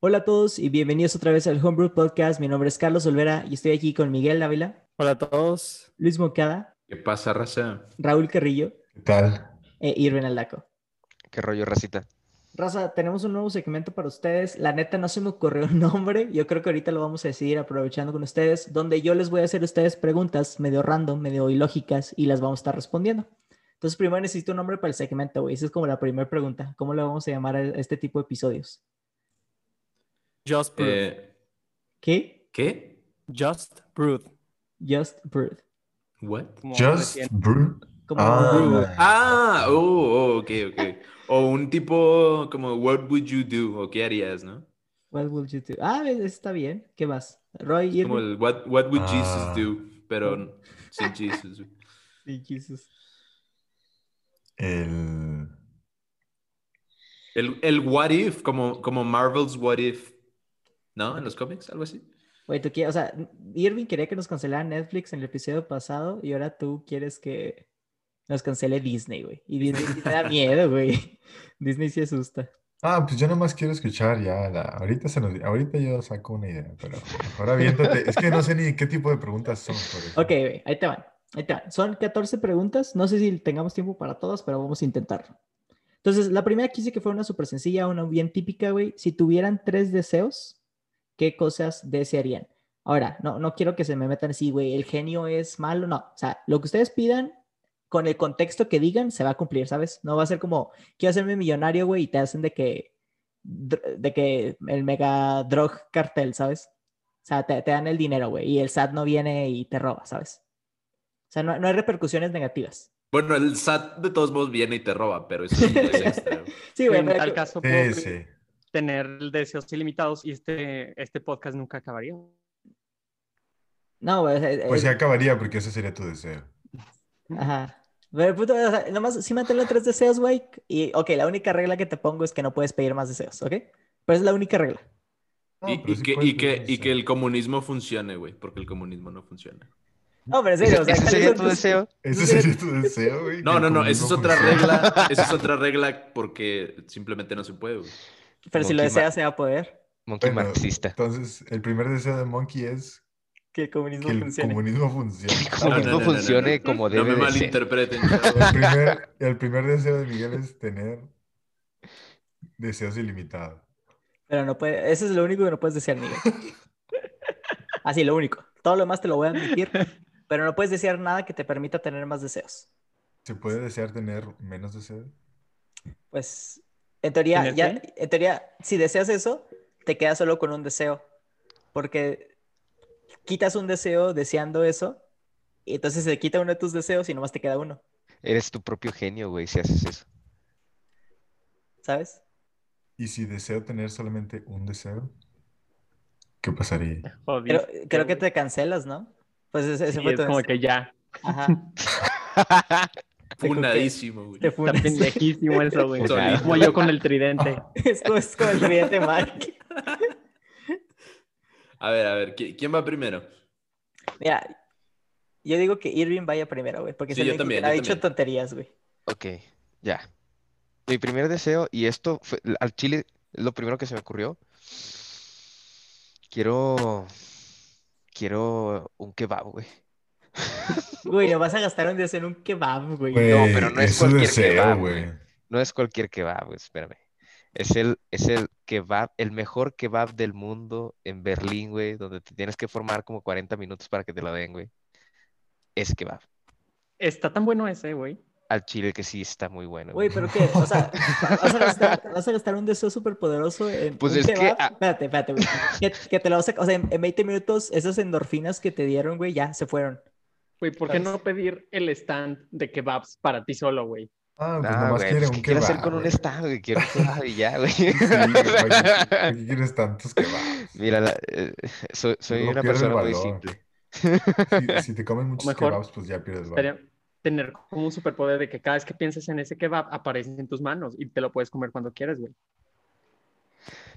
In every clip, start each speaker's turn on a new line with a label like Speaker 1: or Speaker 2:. Speaker 1: Hola a todos y bienvenidos otra vez al Homebrew Podcast. Mi nombre es Carlos Olvera y estoy aquí con Miguel Ávila,
Speaker 2: Hola a todos.
Speaker 1: Luis Mocada,
Speaker 3: ¿Qué pasa, raza?
Speaker 1: Raúl Carrillo
Speaker 4: ¿Qué tal?
Speaker 1: e Irvin Aldaco.
Speaker 5: Qué rollo, racita.
Speaker 1: Raza, tenemos un nuevo segmento para ustedes. La neta no se me ocurrió un nombre. Yo creo que ahorita lo vamos a decidir aprovechando con ustedes, donde yo les voy a hacer a ustedes preguntas medio random, medio ilógicas y las vamos a estar respondiendo. Entonces, primero necesito un nombre para el segmento, güey. Esa es como la primera pregunta. ¿Cómo le vamos a llamar a este tipo de episodios?
Speaker 2: Just Brood.
Speaker 3: Eh,
Speaker 1: ¿Qué?
Speaker 3: ¿Qué?
Speaker 2: Just Brood.
Speaker 1: Just Bird.
Speaker 3: ¿What?
Speaker 2: Como
Speaker 4: Just
Speaker 2: recién.
Speaker 4: Brew.
Speaker 1: Como
Speaker 4: Ah,
Speaker 3: Ah, oh, oh, ok, ok. O un tipo como, what would you do? O qué harías, ¿no?
Speaker 1: What would you do? Ah, ves, está bien. ¿Qué más? Roy Irving.
Speaker 3: Como el, what, what would
Speaker 4: Ah.
Speaker 3: Jesus do? Pero sin Jesus. güey.
Speaker 1: Sí, Jesus.
Speaker 4: el...
Speaker 3: El, el what if, como, como Marvel's what if. ¿No? En los cómics, algo así.
Speaker 1: Güey, tú quieres, o sea, Irving quería que nos cancelara Netflix en el episodio pasado y ahora tú quieres que nos cancele Disney, güey. Y Disney sí te da miedo, güey. Disney sí asusta.
Speaker 4: Ah, pues yo nomás quiero escuchar ya la... Ahorita se nos... Ahorita yo saco una idea, pero ahora viéndote... Es que no sé ni qué tipo de preguntas son. por eso.
Speaker 1: Ok, güey, ahí te van. Ahí te van. Son 14 preguntas. No sé si tengamos tiempo para todas, pero vamos a intentarlo. Entonces, la primera quise que fuera una súper sencilla, una bien típica, güey. Si tuvieran tres deseos, ¿qué cosas desearían? Ahora, no, no quiero que se me metan así, güey, el genio es malo, no. O sea, lo que ustedes pidan, con el contexto que digan, se va a cumplir, ¿sabes? No va a ser como, quiero hacerme millonario, güey, y te hacen de que, dr- de que el mega drug cartel, ¿sabes? O sea, te, te dan el dinero, güey, y el SAT no viene y te roba, ¿sabes? O sea, no, no hay repercusiones negativas.
Speaker 3: Bueno, el SAT de todos modos viene y te roba, pero eso sí es extra. güey.
Speaker 1: Sí, güey,
Speaker 2: en
Speaker 1: pero-
Speaker 2: tal caso, puedo
Speaker 4: Sí, sí.
Speaker 2: tener deseos ilimitados y este, este podcast nunca acabaría.
Speaker 1: No, güey, o sea, eh,
Speaker 4: Pues ya acabaría porque ese sería tu deseo.
Speaker 1: Ajá. Pero, puto, o sea, nomás sí manténlo en tres deseos, güey. Y, ok, la única regla que te pongo es que no puedes pedir más deseos, ¿ok? Pero es la única regla.
Speaker 4: No,
Speaker 3: Y,
Speaker 4: pero
Speaker 3: y
Speaker 4: sí
Speaker 3: que,
Speaker 4: puedes
Speaker 3: y, que,
Speaker 4: pedir
Speaker 3: y que
Speaker 4: deseo.
Speaker 3: el comunismo funcione, güey, porque el comunismo no funciona.
Speaker 1: No, pero en serio,
Speaker 5: ¿Ese,
Speaker 1: o sea,
Speaker 5: ese
Speaker 1: ¿cuáles
Speaker 5: sería
Speaker 1: son
Speaker 5: tu
Speaker 1: tus-
Speaker 5: deseo?
Speaker 4: ¿Ese
Speaker 1: tú
Speaker 4: sería tu deseo, güey?
Speaker 3: No, no,
Speaker 4: Que
Speaker 3: no,
Speaker 4: como
Speaker 3: esa es otra
Speaker 4: funciona.
Speaker 3: regla. Esa es otra regla porque simplemente no se puede, güey.
Speaker 1: Pero si lo
Speaker 5: Monkey
Speaker 1: deseas, se va a poder.
Speaker 5: Monkey
Speaker 4: Bueno,
Speaker 5: marxista.
Speaker 4: Entonces, el primer deseo de Monkey es
Speaker 1: Que el comunismo
Speaker 4: que el
Speaker 1: funcione.
Speaker 4: comunismo funcione.
Speaker 5: Que el comunismo
Speaker 3: no, no, no, no,
Speaker 5: funcione
Speaker 3: no.
Speaker 5: como
Speaker 3: No
Speaker 5: debe
Speaker 3: me
Speaker 5: de ser.
Speaker 3: malinterpreten.
Speaker 4: El primer, el primer deseo de Miguel es tener deseos ilimitados.
Speaker 1: Pero no puede, eso es lo único que no puedes desear, Miguel. Así, lo único. Todo lo demás te lo voy a admitir, pero no puedes desear nada que te permita tener más deseos.
Speaker 4: ¿Se puede desear tener menos deseos?
Speaker 1: Pues, en teoría,
Speaker 2: ¿Tienes
Speaker 1: ya,
Speaker 2: fe?
Speaker 1: en teoría, si deseas eso, te quedas solo con un deseo. Porque quitas un deseo deseando eso, y entonces se quita uno de tus deseos y nomás te queda uno,
Speaker 5: Eres tu propio genio, güey, si haces eso.
Speaker 1: ¿sabes?
Speaker 4: ¿Y si deseo tener solamente un deseo? ¿Qué pasaría?
Speaker 1: Creo,
Speaker 2: Jodiste,
Speaker 1: creo que
Speaker 2: güey.
Speaker 1: te cancelas, ¿no? Pues ese, ese
Speaker 2: Sí,
Speaker 1: fue
Speaker 2: es
Speaker 1: tu
Speaker 2: como
Speaker 1: deseo.
Speaker 2: que ya.
Speaker 1: Ajá.
Speaker 3: Funadísimo, güey.
Speaker 1: Te
Speaker 2: Está
Speaker 1: funas.
Speaker 2: pendejísimo eso, güey.
Speaker 3: Solito.
Speaker 2: Como yo con el tridente.
Speaker 1: es, como, es como el tridente Mike.
Speaker 3: A ver, a ver, ¿qui- ¿quién va primero?
Speaker 1: Mira, yo digo que Irving vaya primero, güey, porque
Speaker 3: Sí,
Speaker 1: se
Speaker 3: yo
Speaker 1: le
Speaker 3: también,
Speaker 1: ha
Speaker 3: yo
Speaker 1: dicho
Speaker 3: también.
Speaker 1: tonterías, güey.
Speaker 5: Ok, ya. Mi primer deseo, y esto fue al chile, lo primero que se me ocurrió. Quiero. Quiero un kebab, güey.
Speaker 1: Güey, no vas a gastar un deseo en un kebab, güey.
Speaker 4: Güey,
Speaker 5: pero no es
Speaker 4: Pues, un
Speaker 5: cualquier
Speaker 4: deseo,
Speaker 5: kebab,
Speaker 4: güey.
Speaker 5: No es cualquier kebab, güey, espérame. Es el, es el kebab, el mejor kebab del mundo en Berlín, güey, donde te tienes que formar como 40 minutos para que te lo den, güey. Ese kebab.
Speaker 2: Está tan bueno ese, güey.
Speaker 5: Al chile que sí está muy bueno,
Speaker 1: Güey,
Speaker 5: güey.
Speaker 1: pero qué, o sea, vas a gastar, vas a gastar un deseo súper poderoso en
Speaker 5: Pues
Speaker 1: un
Speaker 5: es que,
Speaker 1: kebab?
Speaker 5: ah.
Speaker 1: Espérate, espérate, güey. Que, que te lo vas a, o sea, en, en 20 minutos esas endorfinas que te dieron, güey, ya se fueron.
Speaker 2: Güey, ¿por qué
Speaker 1: ¿Sabes?
Speaker 2: no pedir el stand de kebabs para ti solo, güey?
Speaker 4: Ah, pues
Speaker 5: Ah,
Speaker 4: nomás
Speaker 5: güey,
Speaker 4: quiere
Speaker 5: pues, ¿qué
Speaker 4: un
Speaker 5: quiero hacer
Speaker 4: kebab,
Speaker 5: con un
Speaker 4: güey.
Speaker 5: stand, güey? Quiero un kebab y ya, güey.
Speaker 4: Sí, güey, ¿para qué quieres tantos kebabs?
Speaker 5: Mira, la- eh, soy, soy
Speaker 4: Luego
Speaker 5: una
Speaker 4: pierde el
Speaker 5: persona muy
Speaker 4: valor.
Speaker 5: simple.
Speaker 4: Si, si te comen muchos
Speaker 2: mejor-
Speaker 4: kebabs, pues ya pierdes valor.
Speaker 2: Estaría- tener como un superpoder de que cada vez que pienses en ese kebab aparece en tus manos y te lo puedes comer cuando quieras, güey.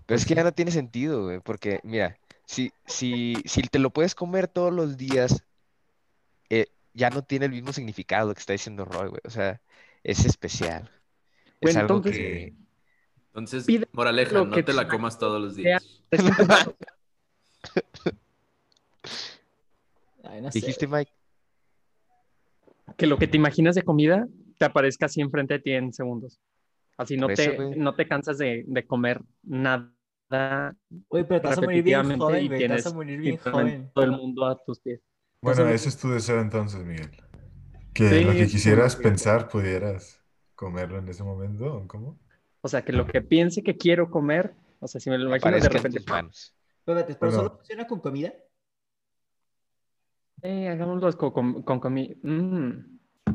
Speaker 5: Pero es que ya no tiene sentido, güey, porque, mira, si, si, si te lo puedes comer todos los días, eh, ya no tiene el mismo significado que está diciendo Roy, güey. O sea, es especial. Es
Speaker 2: Bueno,
Speaker 5: algo
Speaker 2: entonces-
Speaker 5: que...
Speaker 3: Entonces,
Speaker 2: Pide
Speaker 3: moraleja,
Speaker 2: lo
Speaker 3: no
Speaker 2: que
Speaker 3: te la
Speaker 2: sea.
Speaker 3: comas todos los días.
Speaker 1: Ay, no sé.
Speaker 5: Dijiste, Mike.
Speaker 2: Que lo que te imaginas de comida te aparezca así enfrente de ti en segundos. Así no,
Speaker 5: Por eso,
Speaker 2: te,
Speaker 5: güey.
Speaker 2: no te cansas de, de comer nada.
Speaker 1: Güey, pero te vas a morir bien
Speaker 2: repetitivamente
Speaker 1: joven,
Speaker 2: y
Speaker 1: güey. Te vas a
Speaker 2: tienes
Speaker 1: morir bien
Speaker 2: Y
Speaker 1: joven.
Speaker 2: todo el mundo a tus pies.
Speaker 4: Bueno,
Speaker 1: Entonces-
Speaker 4: ese es tu deseo entonces, Miguel. Que
Speaker 2: Sí,
Speaker 4: lo que
Speaker 2: es un
Speaker 4: quisieras
Speaker 2: deseo.
Speaker 4: pensar pudieras comerlo en ese momento, ¿o cómo?
Speaker 2: O sea, que lo que piense que quiero comer, o sea, si me lo imagino de
Speaker 5: Aparezca en
Speaker 2: repente,
Speaker 5: tus manos.
Speaker 1: Pero, espérate, ¿pero
Speaker 4: Bueno.
Speaker 1: solo funciona con comida?
Speaker 2: eh, hagámoslo con, con, con comi- Mm.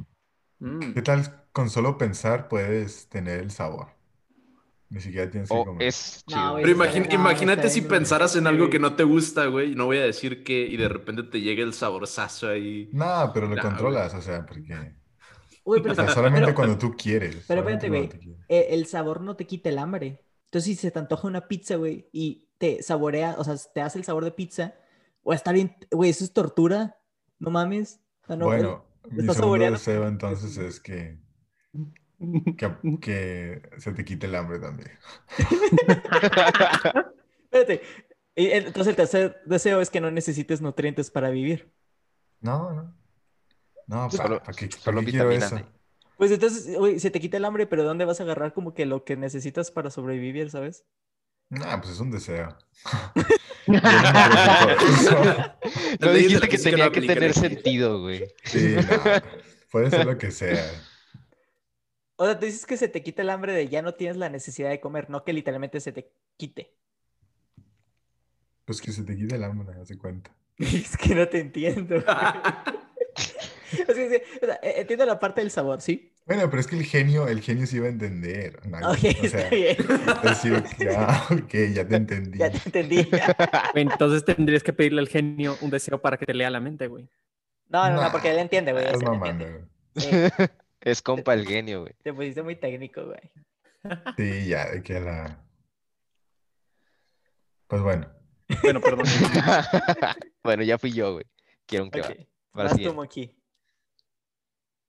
Speaker 2: Mm.
Speaker 4: ¿Qué tal con solo pensar puedes tener el sabor? Ni siquiera tienes que
Speaker 5: O
Speaker 4: comer.
Speaker 5: es
Speaker 1: No,
Speaker 5: chido.
Speaker 1: güey.
Speaker 3: Pero
Speaker 1: está
Speaker 3: imagín-
Speaker 1: bien,
Speaker 3: imagínate
Speaker 1: está
Speaker 3: si
Speaker 1: bien,
Speaker 3: pensaras en
Speaker 2: güey.
Speaker 3: algo que no te gusta, güey. No voy a decir qué y de repente te llega el saborzazo ahí.
Speaker 4: Nada, pero lo
Speaker 3: Nah, güey.
Speaker 4: controlas, o sea, porque...
Speaker 1: Uy, pero,
Speaker 4: O sea,
Speaker 1: está-
Speaker 4: solamente
Speaker 1: pero,
Speaker 4: cuando tú quieres.
Speaker 1: pero
Speaker 4: solamente
Speaker 1: espérate,
Speaker 4: cuando
Speaker 1: güey.
Speaker 4: tú quieres.
Speaker 1: eh, el sabor no te quita el hambre. Entonces, si se te antoja una pizza, güey, y te saborea, o sea, te hace el sabor de pizza, o está bien, güey, eso es tortura. No mames. O sea, no,
Speaker 4: Bueno, mi
Speaker 1: Estás
Speaker 4: segundo
Speaker 1: saboreando.
Speaker 4: deseo entonces es que, que, que se te quite el hambre también.
Speaker 1: Espérate. Y, eh, Entonces, el tercer deseo es que no necesites nutrientes para vivir.
Speaker 4: No, no. No,
Speaker 5: Pues
Speaker 4: ¿para
Speaker 5: solo-
Speaker 4: qué, pa'
Speaker 5: solo
Speaker 4: qué quiero eso?
Speaker 5: vitamina
Speaker 1: Pues entonces, güey, se te quita el hambre, pero ¿dónde vas a agarrar como que lo que necesitas para sobrevivir, sabes?
Speaker 4: Nah, pues es un deseo. Yo no me preocupo.
Speaker 5: No dijiste que
Speaker 3: Entonces,
Speaker 5: tenía
Speaker 3: no
Speaker 5: que
Speaker 3: aplica
Speaker 5: tener
Speaker 3: la-
Speaker 5: sentido, güey.
Speaker 4: Sí, nah, Puede ser lo que sea.
Speaker 1: O sea, tú dices que se te quita el hambre de ya no tienes la necesidad de comer, no que literalmente se te quite.
Speaker 4: Pues que se te quite el hambre, hace cuenta.
Speaker 1: Es que no te entiendo. güey. Es que, sí, o sea, eh, entiendo la parte del sabor, ¿sí?
Speaker 4: Bueno, pero es que el genio, el genio sí iba a entender. ¿no?
Speaker 1: Ok,
Speaker 4: O
Speaker 1: está
Speaker 4: sea,
Speaker 1: bien.
Speaker 4: decir, ya, ah, ok, ya te entendí. Ah,
Speaker 1: Ya te entendí.
Speaker 2: Güey, Entonces tendrías que pedirle al genio un deseo para que te lea la mente, güey.
Speaker 1: No, no, no,
Speaker 4: Nah,
Speaker 1: porque él entiende, güey. o
Speaker 4: Estás
Speaker 1: sea, él entiende.
Speaker 4: mamando, güey.
Speaker 1: Eh,
Speaker 5: Es compa el genio, güey.
Speaker 1: te pusiste muy técnico, güey.
Speaker 4: Sí, ya, de que la. Pues bueno,
Speaker 2: Bueno, perdón.
Speaker 5: Bueno, ya fui yo, güey. Quiero un kebab.
Speaker 1: Ok.
Speaker 5: Para
Speaker 1: Vas tú,
Speaker 5: siguiente.
Speaker 1: Moki.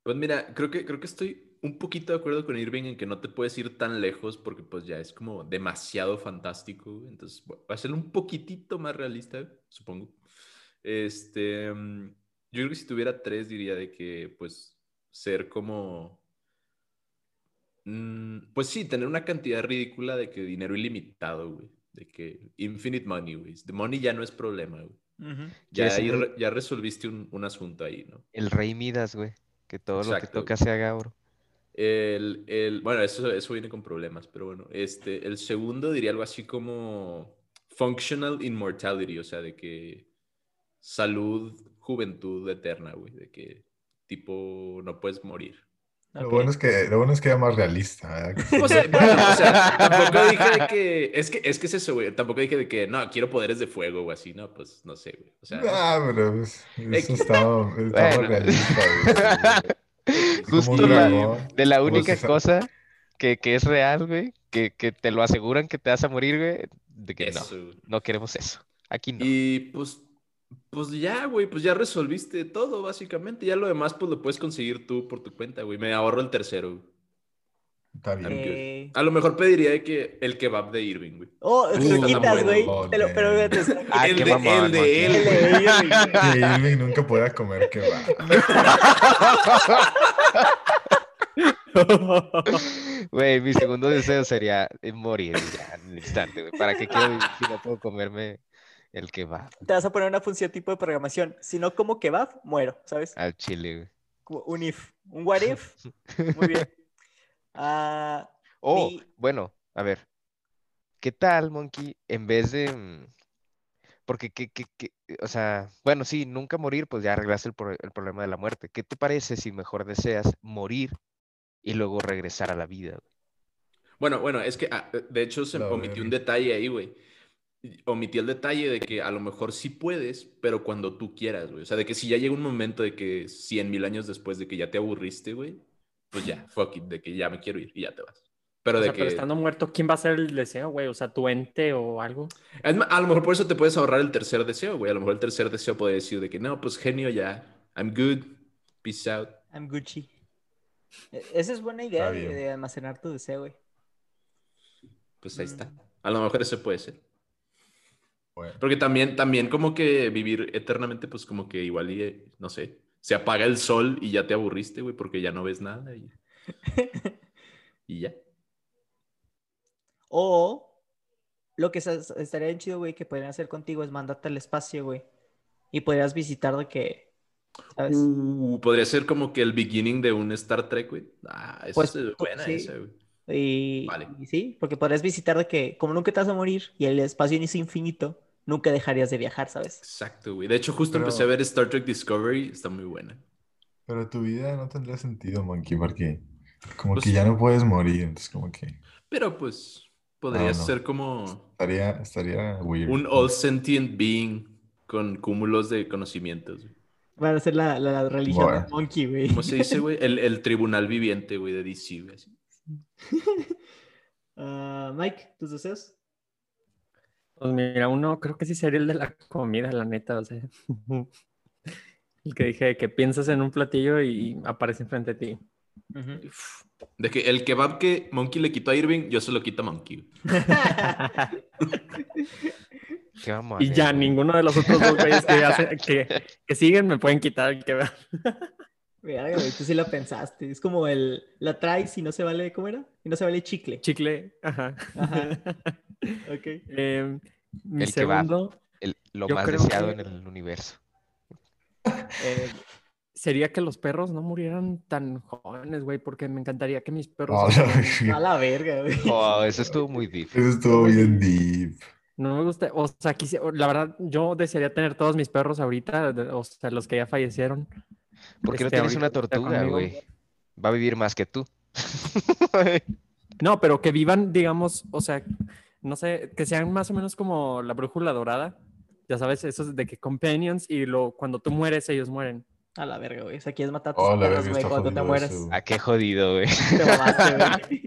Speaker 3: Pues mira, creo que, creo que estoy un poquito de acuerdo con Irving en que no te puedes ir tan lejos porque pues ya es como demasiado fantástico. güey. Entonces bu- va a ser un poquitito más realista, supongo. Este, mm, yo creo que si tuviera tres diría de que pues ser como... mm, Pues sí, tener una cantidad ridícula de que dinero ilimitado, güey. De que infinite money, güey. The money ya no es problema, güey. Ya,
Speaker 5: ¿Quieres
Speaker 3: ahí
Speaker 5: ser un-
Speaker 3: re- ya resolviste un, un asunto ahí, ¿no?
Speaker 5: El rey Midas, güey. Que todo lo que
Speaker 3: Exacto,
Speaker 5: toca
Speaker 3: güey.
Speaker 5: se haga oro.
Speaker 3: El, el- bueno, eso, eso viene con problemas, pero bueno, este, el segundo diría algo así como functional immortality, o sea, de que salud, juventud eterna, güey, de que tipo no puedes morir.
Speaker 4: lo bueno es que, lo bueno es que era más realista, ¿verdad? Que sí.
Speaker 3: O sea, bueno, o sea, tampoco dije de que, es que, es que es eso, güey, tampoco dije de que, no, quiero poderes de fuego o así, no, pues no sé, güey, o sea,
Speaker 4: Ah, pero pues, eso
Speaker 3: X.
Speaker 4: estaba, estaba
Speaker 5: Bueno.
Speaker 4: realista, güey. pues,
Speaker 5: Justo
Speaker 4: Como un
Speaker 5: la-
Speaker 4: dragón.
Speaker 5: de la
Speaker 4: Como
Speaker 5: única
Speaker 4: si sa-
Speaker 5: cosa que, que es real, güey. Que, que te lo aseguran que te vas a morir, güey. De que no.
Speaker 3: eso, güey.
Speaker 5: No queremos eso. Aquí no.
Speaker 3: Y pues, pues ya, güey, pues ya resolviste todo, básicamente. Ya lo demás, pues lo puedes conseguir tú por tu cuenta, güey. Me ahorro el tercero. güey.
Speaker 4: Está bien.
Speaker 3: I'm good.
Speaker 1: Eh.
Speaker 3: A lo mejor pediría de que el kebab de Irving, güey.
Speaker 1: Oh, te lo
Speaker 3: Uh,
Speaker 1: quitas,
Speaker 3: bueno,
Speaker 1: güey.
Speaker 4: bueno.
Speaker 1: Te lo- Pero te está
Speaker 5: Ah,
Speaker 3: el,
Speaker 5: qué
Speaker 3: de,
Speaker 5: mamón,
Speaker 3: el de
Speaker 5: Joaquín.
Speaker 3: él, güey.
Speaker 1: quitando, güey.
Speaker 4: Que Irving nunca podía comer kebab.
Speaker 5: Güey, mi segundo deseo sería eh, morir ya en el instante, güey. ¿Para qué quiero vivir si no puedo comerme el kebab
Speaker 1: Te vas a poner una función tipo de programación. Si no como kebab, muero, ¿sabes?
Speaker 5: al chile, güey?
Speaker 1: Como Un if. Un what if. Muy bien. Ah,
Speaker 5: Oh,
Speaker 1: Mi-
Speaker 5: bueno, a ver. ¿Qué tal, Monkey? En vez de... mm, Porque, que, que- que- o sea, bueno, sí, nunca morir, pues ya arreglaste el, pro- el problema de la muerte. ¿Qué te parece si mejor deseas morir y luego regresar a la vida? güey?
Speaker 3: Bueno, bueno, es que ah, de hecho se
Speaker 4: La
Speaker 3: omitió un
Speaker 4: verga.
Speaker 3: detalle ahí, güey. Omití el detalle de que a lo mejor sí puedes, pero cuando tú quieras, güey. O sea, de que si ya llega un momento de que 100 mil años después de que ya te aburriste, güey, pues ya, fuck it, de que ya me quiero ir y ya te vas. Pero
Speaker 2: O
Speaker 3: de
Speaker 2: sea,
Speaker 3: que.
Speaker 2: pero estando muerto, ¿quién va a hacer el deseo, güey? O sea, tu ente o algo.
Speaker 3: Es ma- a lo mejor por eso te puedes ahorrar el tercer deseo, güey. A lo mejor el tercer deseo puede decir de que no, pues genio ya. I'm good. Peace out.
Speaker 1: I'm Gucci. E- Esa es buena idea
Speaker 4: Está
Speaker 1: de,
Speaker 4: bien.
Speaker 1: de almacenar tu deseo, güey.
Speaker 3: Pues ahí está.
Speaker 1: Mm.
Speaker 3: A lo mejor eso puede ser.
Speaker 4: Bueno,
Speaker 3: Porque también, también como que vivir eternamente, pues como que igual y, eh, no sé, se apaga el sol y ya te aburriste, güey, porque ya no ves nada y, y ya.
Speaker 1: O lo que sa- estaría bien chido, güey, que podrían hacer contigo es mandarte al espacio, güey. Y podrías visitar de que, ¿sabes?
Speaker 3: Uh, podría ser como que el beginning de un Star Trek, güey. Ah, eso
Speaker 1: Pues,
Speaker 3: es
Speaker 1: tú-
Speaker 3: buena
Speaker 1: sí.
Speaker 3: esa, güey.
Speaker 1: Y,
Speaker 3: Vale.
Speaker 1: y sí, porque podrías visitar de que, como nunca te vas a morir y el espacio es infinito, nunca dejarías de viajar, ¿sabes?
Speaker 3: Exacto, güey. De hecho, justo
Speaker 4: Pero-
Speaker 3: empecé a ver Star Trek Discovery, está muy buena.
Speaker 4: pero tu vida no tendría sentido, Monkey, porque como
Speaker 3: Pues
Speaker 4: que ya
Speaker 3: sí.
Speaker 4: no puedes morir, entonces como que
Speaker 3: Pero pues podría
Speaker 4: Ah, no.
Speaker 3: ser como
Speaker 4: estaría, estaría weird.
Speaker 3: un all sentient being con cúmulos de conocimientos. güey.
Speaker 1: Van a ser la, la, la religión
Speaker 4: Bueno.
Speaker 1: de Monkey, güey.
Speaker 3: ¿Cómo se dice, güey? El, el tribunal viviente, güey, de DC, güey. así.
Speaker 1: Ah, Mike, ¿tus deseos?
Speaker 2: Pues mira, uno creo que sí sería el de la comida, la neta, o sea. El que dije que piensas en un platillo y aparece enfrente de ti.
Speaker 3: Uf. De que el kebab que Monkey le quitó a Irving, yo se lo quito a Monkey. güey.
Speaker 5: Qué mamada,
Speaker 2: Y ya
Speaker 5: güey.
Speaker 2: ninguno de los otros dos güeyes que, hace- que, que siguen me pueden quitar el que va.
Speaker 1: Verga, güey, tú sí la pensaste. Es como el, la traes y no se vale, ¿cómo era? Y no se vale chicle.
Speaker 2: Chicle. Ajá.
Speaker 1: Ajá. Ok.
Speaker 2: Eh, mi
Speaker 5: El que va.
Speaker 2: segundo
Speaker 5: El- lo
Speaker 2: Yo
Speaker 5: más
Speaker 2: creo
Speaker 5: deseado
Speaker 2: que-
Speaker 5: en el universo.
Speaker 2: eh, sería que los perros no murieran tan jóvenes, güey, porque me encantaría que mis perros
Speaker 4: Ah, la
Speaker 1: A
Speaker 4: verga.
Speaker 1: la verga, güey.
Speaker 5: Oh, eso estuvo muy deep.
Speaker 4: Eso estuvo bien deep.
Speaker 2: No me gusta, o sea, quise- o- la verdad, yo desearía tener todos mis perros ahorita, de- o sea, los que ya fallecieron.
Speaker 5: ¿Por qué no
Speaker 2: Este,
Speaker 5: tienes una
Speaker 2: ahorita está
Speaker 5: tortuga,
Speaker 2: conmigo.
Speaker 5: güey? Va a vivir más que tú.
Speaker 2: No, pero que vivan, digamos, o sea, no sé, que sean más o menos como la brújula dorada. Ya sabes, eso es de que companions y lo, cuando tú mueres, ellos mueren.
Speaker 1: A la verga, güey. O sea, quieres matar a tus
Speaker 4: Oh, la
Speaker 1: perros,
Speaker 4: verga,
Speaker 1: güey,
Speaker 4: está
Speaker 1: cuando te
Speaker 4: jodido
Speaker 1: mueras.
Speaker 4: eso.
Speaker 5: Ah, qué jodido, güey.
Speaker 1: Te mamaste, güey.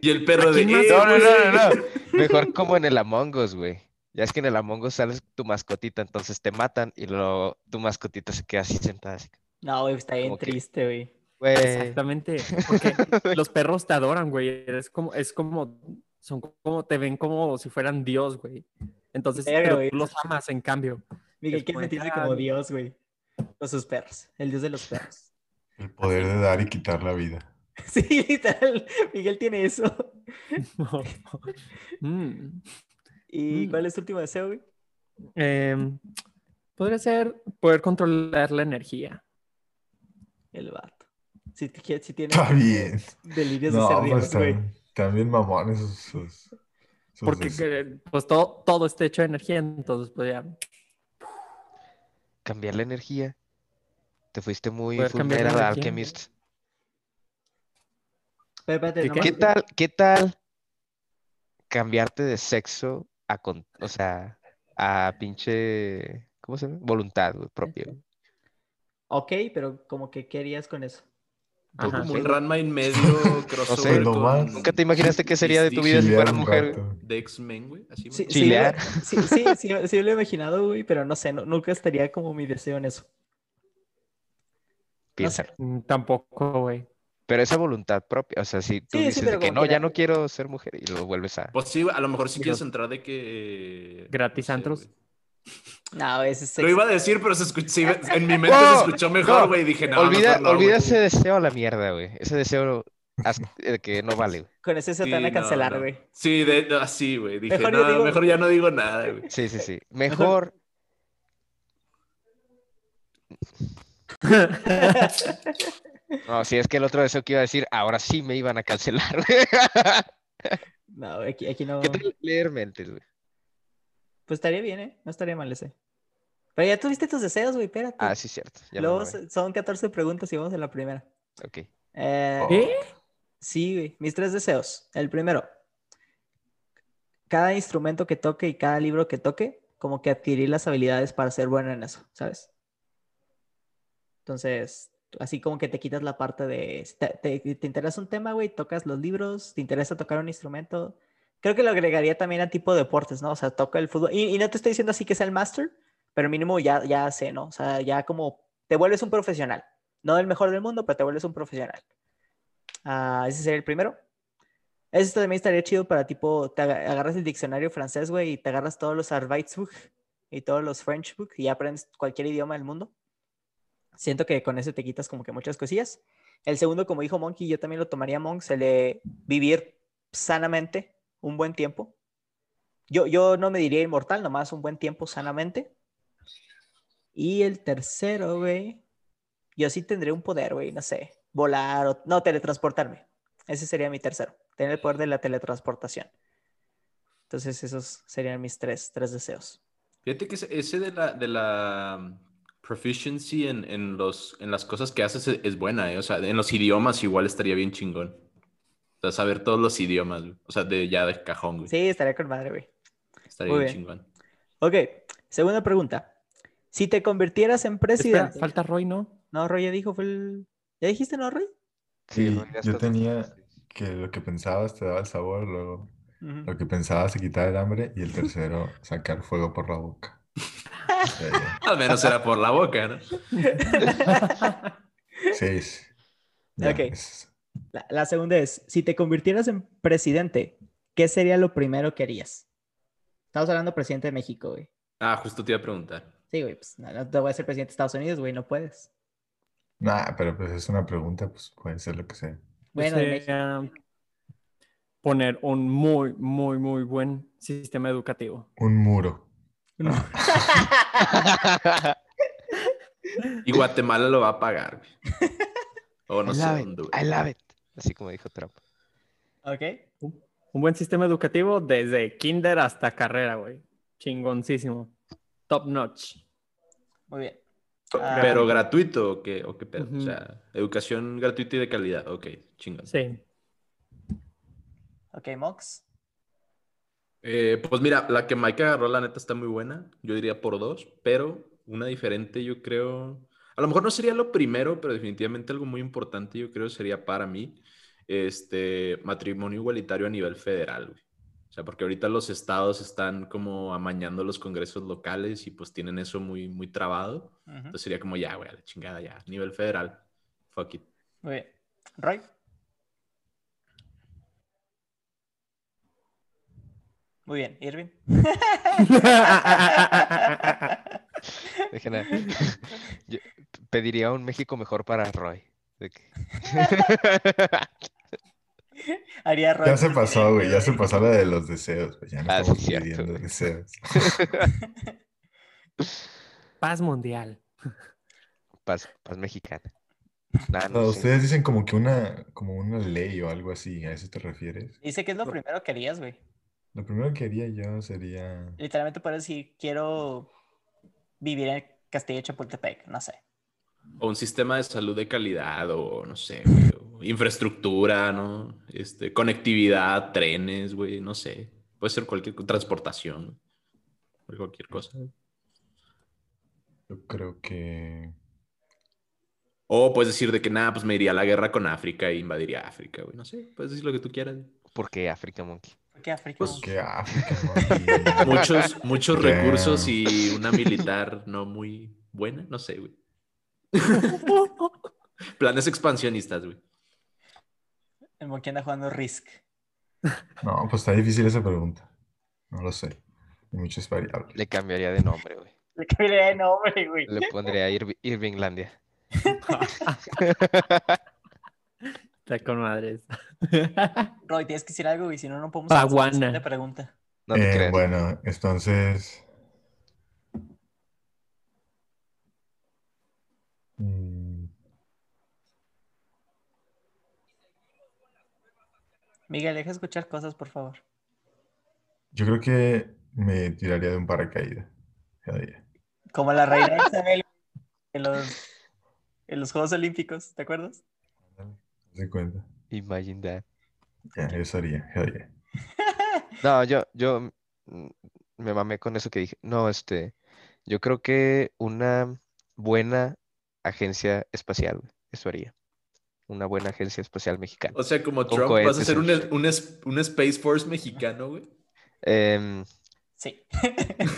Speaker 3: Y el perro de.
Speaker 2: ¿Quién más?
Speaker 3: "Eh,
Speaker 5: No, no,
Speaker 3: güey".
Speaker 5: no, no, no. Mejor como en el Among Us, güey. Ya es que en el Among Us sales tu mascotita, entonces te matan y luego tu mascotita se queda así sentada. Así.
Speaker 1: No, güey, está bien
Speaker 5: Como que-
Speaker 1: triste, güey.
Speaker 5: Güey,
Speaker 2: Exactamente, porque los perros te adoran, güey. Es como, es como, son como, te ven como si fueran Dios, güey. Entonces,
Speaker 1: Verga,
Speaker 2: pero
Speaker 1: güey.
Speaker 2: tú los amas, en cambio.
Speaker 1: Miguel
Speaker 2: Es
Speaker 1: quiere
Speaker 2: como,
Speaker 1: sentirse
Speaker 2: ah,
Speaker 1: como
Speaker 2: no.
Speaker 1: Dios, güey. Con sus perros. El Dios de los perros.
Speaker 4: El poder de dar y quitar la vida.
Speaker 1: Sí, literal. Miguel tiene eso.
Speaker 2: Mm.
Speaker 1: ¿Y
Speaker 2: Mm.
Speaker 1: cuál es tu último deseo, güey?
Speaker 2: Em, podría ser poder controlar la energía.
Speaker 1: El vato. Si, te quie- si tienes
Speaker 4: Está bien.
Speaker 1: delirios
Speaker 4: No,
Speaker 1: de ser
Speaker 4: pues
Speaker 1: Dios, güey.
Speaker 4: están, están bien mamones sus, sus- sus
Speaker 2: Porque
Speaker 4: deseos.
Speaker 2: que, pues todo, todo está hecho de energía, entonces pues ya
Speaker 5: cambiar la energía. Te fuiste muy
Speaker 2: Poder cambiar la
Speaker 5: fulmer al
Speaker 2: energía.
Speaker 5: Alchemist.
Speaker 1: Pero espérate,
Speaker 2: ¿Qué-
Speaker 1: nomás-
Speaker 5: ¿Qué tal, qué tal cambiarte de sexo a, con, o sea, a pinche, ¿cómo se llama? Voluntad güey, propia. güey.
Speaker 1: Ok, pero como que ¿qué harías con eso?
Speaker 3: Fue
Speaker 2: Ajá.
Speaker 3: como un Ranma en medio, crossover
Speaker 4: lo
Speaker 3: con-
Speaker 4: más.
Speaker 5: ¿Nunca te imaginaste qué sería de tu vida si
Speaker 4: Chilear
Speaker 5: fueras
Speaker 4: un
Speaker 5: mujer? güey?
Speaker 4: rato.
Speaker 3: De X-Men, güey. Así,
Speaker 1: Sí, sí,
Speaker 3: güey.
Speaker 1: lo-
Speaker 5: Chilear.
Speaker 1: sí, sí, sí, sí lo he imaginado, güey, pero no sé, no- nunca estaría como mi deseo en eso. No sé.
Speaker 5: Piénsalo.
Speaker 2: mm, tampoco, güey.
Speaker 5: Pero esa voluntad propia, o sea, si
Speaker 1: Sí,
Speaker 5: tú
Speaker 1: sí,
Speaker 5: dices de
Speaker 1: pero
Speaker 5: que
Speaker 1: como
Speaker 5: no,
Speaker 1: quiera".
Speaker 5: ya no quiero ser mujer y lo vuelves a...
Speaker 3: Pues sí, güey, a lo mejor si
Speaker 2: Digo,
Speaker 3: quieres entrar de que.
Speaker 2: gratis antros.
Speaker 3: güey.
Speaker 1: No, ese es
Speaker 3: Lo iba a decir, pero se escuchó, en mi mente se
Speaker 5: No,
Speaker 3: escuchó mejor,
Speaker 5: no.
Speaker 3: güey. Dije, no,
Speaker 5: Olvida,
Speaker 3: mejor no, güey.
Speaker 5: olvida ese deseo a la mierda, güey. Ese deseo haz- eh, que no vale, güey.
Speaker 1: Con ese se
Speaker 3: Sí,
Speaker 1: te van a
Speaker 3: no,
Speaker 1: cancelar,
Speaker 3: no.
Speaker 1: güey.
Speaker 3: Sí, de, no, sí, güey. Dije,
Speaker 1: Mejor yo
Speaker 3: no,
Speaker 1: digo-
Speaker 3: mejor ya no digo nada, güey.
Speaker 5: Sí, sí, sí.
Speaker 1: Mejor-
Speaker 5: Mejor... No, si es que el otro deseo que iba a decir, ahora sí me iban a cancelar, güey.
Speaker 1: No, güey, aquí, aquí no.
Speaker 5: ¿Qué tal leer mentes, güey?
Speaker 1: Pues estaría bien, ¿eh? No estaría mal ese. Pero ya tuviste tus deseos, güey, espérate.
Speaker 5: Ah, sí, cierto. Ya me
Speaker 1: Luego
Speaker 5: mamé.
Speaker 1: so- son 14 preguntas y vamos a la primera.
Speaker 5: Ok.
Speaker 1: Eh,
Speaker 4: Oh,
Speaker 2: ¿Eh?
Speaker 1: Sí, güey. Mis tres deseos. El primero, cada instrumento que toque y cada libro que toque, como que adquirir las habilidades para ser bueno en eso, ¿sabes? Entonces, así como que te quitas la parte de, si te, te- te interesa un tema, güey, tocas los libros, te interesa tocar un instrumento. Creo que lo agregaría también a tipo deportes, ¿no? O sea, toca el fútbol. Y, y no te estoy diciendo así que sea el máster, pero mínimo ya, ya sé, ¿no? O sea, ya como te vuelves un profesional. No el mejor del mundo, pero te vuelves un profesional. Ah, ese sería el primero. Eso también estaría chido para tipo, te aga- agarras el diccionario francés, güey, y te agarras todos los Arbeitsbuch y todos los Frenchbook y ya aprendes cualquier idioma del mundo. Siento que con eso te quitas como que muchas cosillas. El segundo, como dijo Monkey, yo también lo tomaría Monk, el de vivir sanamente un buen tiempo. Yo, yo no me diría inmortal, nomás un buen tiempo sanamente. Y el tercero, güey, yo sí tendría un poder, güey, no sé, volar o no teletransportarme. Ese sería mi tercero, tener el poder de la teletransportación. Entonces esos serían mis tres, tres deseos.
Speaker 3: Fíjate que ese, ese de la, de la um, proficiency en, en los, en las cosas que haces es, es buena, ¿eh? O sea, en los idiomas igual estaría bien chingón. O sea, saber todos los idiomas, güey. O sea, de, ya de cajón, güey.
Speaker 1: Sí, estaría con madre, güey.
Speaker 3: estaría
Speaker 1: muy
Speaker 3: bien,
Speaker 1: bien.
Speaker 3: chingón.
Speaker 1: Ok, segunda pregunta. Si te convirtieras en
Speaker 2: Espera,
Speaker 1: presidente...
Speaker 2: falta Roy, ¿no?
Speaker 1: No, Roy ya dijo, fue el... ¿Ya dijiste, no, Roy?
Speaker 5: Sí,
Speaker 4: Sí,
Speaker 5: Roy, ya
Speaker 4: yo
Speaker 5: estás
Speaker 4: tenía-
Speaker 5: bastante-
Speaker 4: Que lo que pensabas te daba el sabor, luego
Speaker 1: Ujú.
Speaker 4: lo que pensabas se quitaba el hambre y el tercero sacar fuego por la boca. Sí,
Speaker 3: Al menos era por la boca, ¿no?
Speaker 4: seis. Ya,
Speaker 1: Ok.
Speaker 4: es-
Speaker 1: La, la segunda es, si te convirtieras en presidente, ¿qué sería lo primero que harías? Estamos hablando de presidente de México, güey.
Speaker 3: Ah, justo te iba a preguntar.
Speaker 1: Sí, güey, pues no, no te voy a ser presidente de Estados Unidos, güey, no puedes.
Speaker 4: Nah, pero pues es una pregunta, pues puede ser lo que sea.
Speaker 1: Bueno, de
Speaker 4: Este,
Speaker 1: México.
Speaker 2: Sería poner un muy, muy, muy buen sistema educativo.
Speaker 4: Un muro.
Speaker 3: Y Guatemala lo va a pagar, güey. O no
Speaker 5: I
Speaker 3: sé
Speaker 5: love it,
Speaker 3: dónde, güey.
Speaker 5: I love it. Así como dijo Trump.
Speaker 1: Ok.
Speaker 2: Un buen sistema educativo desde kinder hasta carrera, güey. Chingoncísimo. Top notch.
Speaker 1: Muy bien. Ah,
Speaker 3: Pero gratuito, ¿o qué, o qué pedo?
Speaker 2: Ujú.
Speaker 3: O sea, educación gratuita y de calidad. Ok, chingón.
Speaker 2: Sí.
Speaker 1: Ok, Mox.
Speaker 3: Eh, pues mira, la que Mike agarró, la neta, está muy buena. Yo diría por dos, pero una diferente, yo creo. A lo mejor no sería lo primero, pero definitivamente algo muy importante, yo creo, sería para mí, este, matrimonio igualitario a nivel federal, güey. O sea, porque ahorita los estados están como amañando los congresos locales y pues tienen eso muy, muy trabado.
Speaker 1: Ujú.
Speaker 3: Entonces sería como ya, güey, a la chingada, ya, nivel federal. Fuck it.
Speaker 1: Muy bien. Roy. Muy bien, Irving.
Speaker 5: Dejen a- Yo pediría un México mejor para Roy. De que-
Speaker 1: Haría Roy.
Speaker 4: Ya se pasó, güey, ya se
Speaker 1: presidente,
Speaker 4: pasó la de los deseos, güey, ya no
Speaker 5: Ah, sí,
Speaker 4: estamos
Speaker 5: cierto,
Speaker 4: pidiendo
Speaker 5: güey.
Speaker 4: deseos.
Speaker 2: Paz mundial.
Speaker 5: Paz, paz mexicana. Nah, Ah, no
Speaker 4: No,
Speaker 5: sé.
Speaker 4: ustedes dicen como que una, como una ley o algo así, ¿a eso te refieres?
Speaker 1: Dice que es lo primero que harías, güey.
Speaker 4: Lo primero que haría yo sería...
Speaker 1: Literalmente puedes decir, quiero vivir en Castillo de Chapultepec, no sé.
Speaker 3: O un sistema de salud de calidad, o no sé, güey, o infraestructura, ¿no? Este, conectividad, trenes, güey, no sé. Puede ser cualquier co- transportación, güey, cualquier cosa.
Speaker 4: Yo creo que...
Speaker 3: O puedes decir de que nada, pues me iría a la guerra con África e invadiría África, güey, no sé. Puedes decir lo que tú quieras.
Speaker 5: ¿Por qué África Monkey?
Speaker 1: ¿Por qué África?
Speaker 3: Pues,
Speaker 1: güey?
Speaker 4: Que África, ¿no? Y-
Speaker 3: Muchos, muchos
Speaker 4: Damn.
Speaker 3: recursos y una militar no muy buena, no sé, güey. Planes expansionistas, güey.
Speaker 1: El Monkey anda jugando Risk.
Speaker 4: No, pues está difícil esa pregunta. No lo sé. Hay muchas variables.
Speaker 5: Le cambiaría de nombre, güey.
Speaker 1: Le cambiaría de nombre, güey.
Speaker 5: Le pondría Irvi- Irvinglandia.
Speaker 2: Está con madres.
Speaker 1: Roy, tienes que decir algo, güey, si no, no podemos avanzar a la
Speaker 2: Paguana.
Speaker 1: siguiente pregunta.
Speaker 5: No te
Speaker 4: Eh,
Speaker 5: creas.
Speaker 4: bueno, entonces... Mm,
Speaker 1: Miguel, deja escuchar cosas, por favor.
Speaker 4: Yo creo que me tiraría de un paracaídas. Cada día.
Speaker 1: Como la reina Isabel en los, en los Juegos Olímpicos, ¿te acuerdas?
Speaker 4: ¿Se cuenta?
Speaker 5: Imagine that.
Speaker 4: Ya, eso haría. cada día.
Speaker 5: No, yo, yo mm, me mamé con eso que dije. No, este, yo creo que una buena agencia espacial, güey, eso haría. Una buena agencia espacial mexicana.
Speaker 3: O sea, como
Speaker 5: Con
Speaker 3: Trump, vas a
Speaker 5: cohetes
Speaker 3: ser un,
Speaker 5: en-
Speaker 3: un es- un Space Force mexicano, güey.
Speaker 5: Em,
Speaker 1: Sí.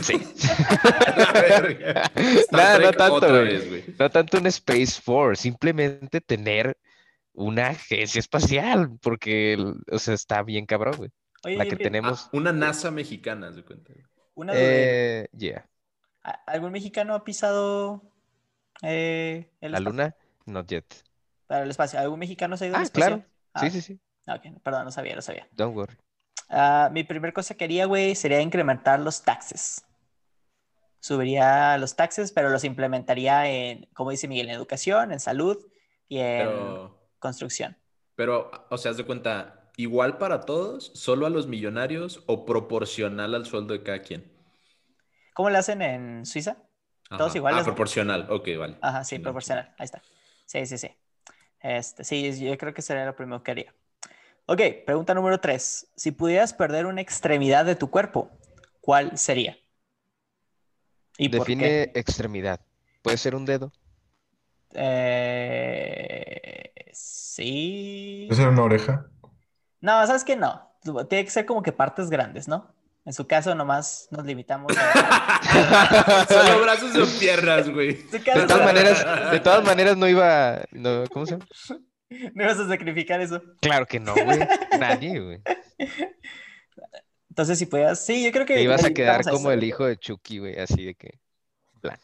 Speaker 5: sí.
Speaker 3: La verga. Star
Speaker 5: Nada, no
Speaker 3: Trek
Speaker 5: tanto,
Speaker 3: otra
Speaker 5: güey.
Speaker 3: vez, güey.
Speaker 5: No tanto un Space Force, simplemente tener una agencia espacial, porque, el- o sea, está bien cabrón, güey.
Speaker 1: Oye,
Speaker 5: La que
Speaker 1: oye,
Speaker 5: tenemos.
Speaker 3: Ah, una NASA mexicana, haz de cuenta.
Speaker 1: Ah, una duda.
Speaker 5: Eh, yeah.
Speaker 1: ¿A- ¿Algún mexicano ha pisado eh, el
Speaker 5: La
Speaker 1: espacio?
Speaker 5: luna, not yet.
Speaker 1: Para el espacio. ¿Algún mexicano se ha ido
Speaker 5: Ah,
Speaker 1: al espacio?
Speaker 5: claro. Sí,
Speaker 1: Ah,
Speaker 5: sí, sí.
Speaker 1: ok. Perdón, no sabía, no sabía.
Speaker 5: Don't worry.
Speaker 1: Ah, mi primera cosa que haría, güey, sería incrementar los taxes. Subiría los taxes, pero los implementaría en, como dice Miguel, en educación, en salud y en
Speaker 5: Em.
Speaker 3: Pero,
Speaker 1: construcción.
Speaker 3: pero, o sea, haz de cuenta, igual para todos, solo a los millonarios o proporcional al sueldo de cada quien.
Speaker 1: ¿Cómo lo hacen en Suiza? Todos
Speaker 3: Ajá.
Speaker 1: iguales, Ah.
Speaker 3: Ah,
Speaker 1: ¿no?
Speaker 3: proporcional, ok, vale.
Speaker 1: Ajá, sí,
Speaker 3: Chingón,
Speaker 1: proporcional. Ahí está. Sí, sí, sí. Este, sí, yo creo que sería lo primero que haría. Ok, pregunta número tres. Si pudieras perder una extremidad de tu cuerpo, ¿cuál sería? ¿Y por
Speaker 5: Define
Speaker 1: qué?
Speaker 5: extremidad. Puede ser un dedo.
Speaker 1: Eh, sí.
Speaker 4: ¿Puede ser una oreja?
Speaker 1: No, sabes que no. Tiene que ser como que partes grandes, ¿no? En su caso, nomás nos limitamos a.
Speaker 3: Solo brazos o piernas, güey.
Speaker 1: En su caso,
Speaker 5: De todas
Speaker 1: solo-
Speaker 5: maneras, de todas maneras no iba. No, ¿Cómo se llama?
Speaker 1: no vas a sacrificar eso.
Speaker 5: Claro que no, güey. Nadie, güey.
Speaker 1: Entonces, si pudieras. Sí, yo creo que.
Speaker 5: Te ibas
Speaker 1: le
Speaker 5: a quedar
Speaker 1: limitamos
Speaker 5: como
Speaker 1: eso.
Speaker 5: el hijo de Chucky, güey. Así de que. Plano.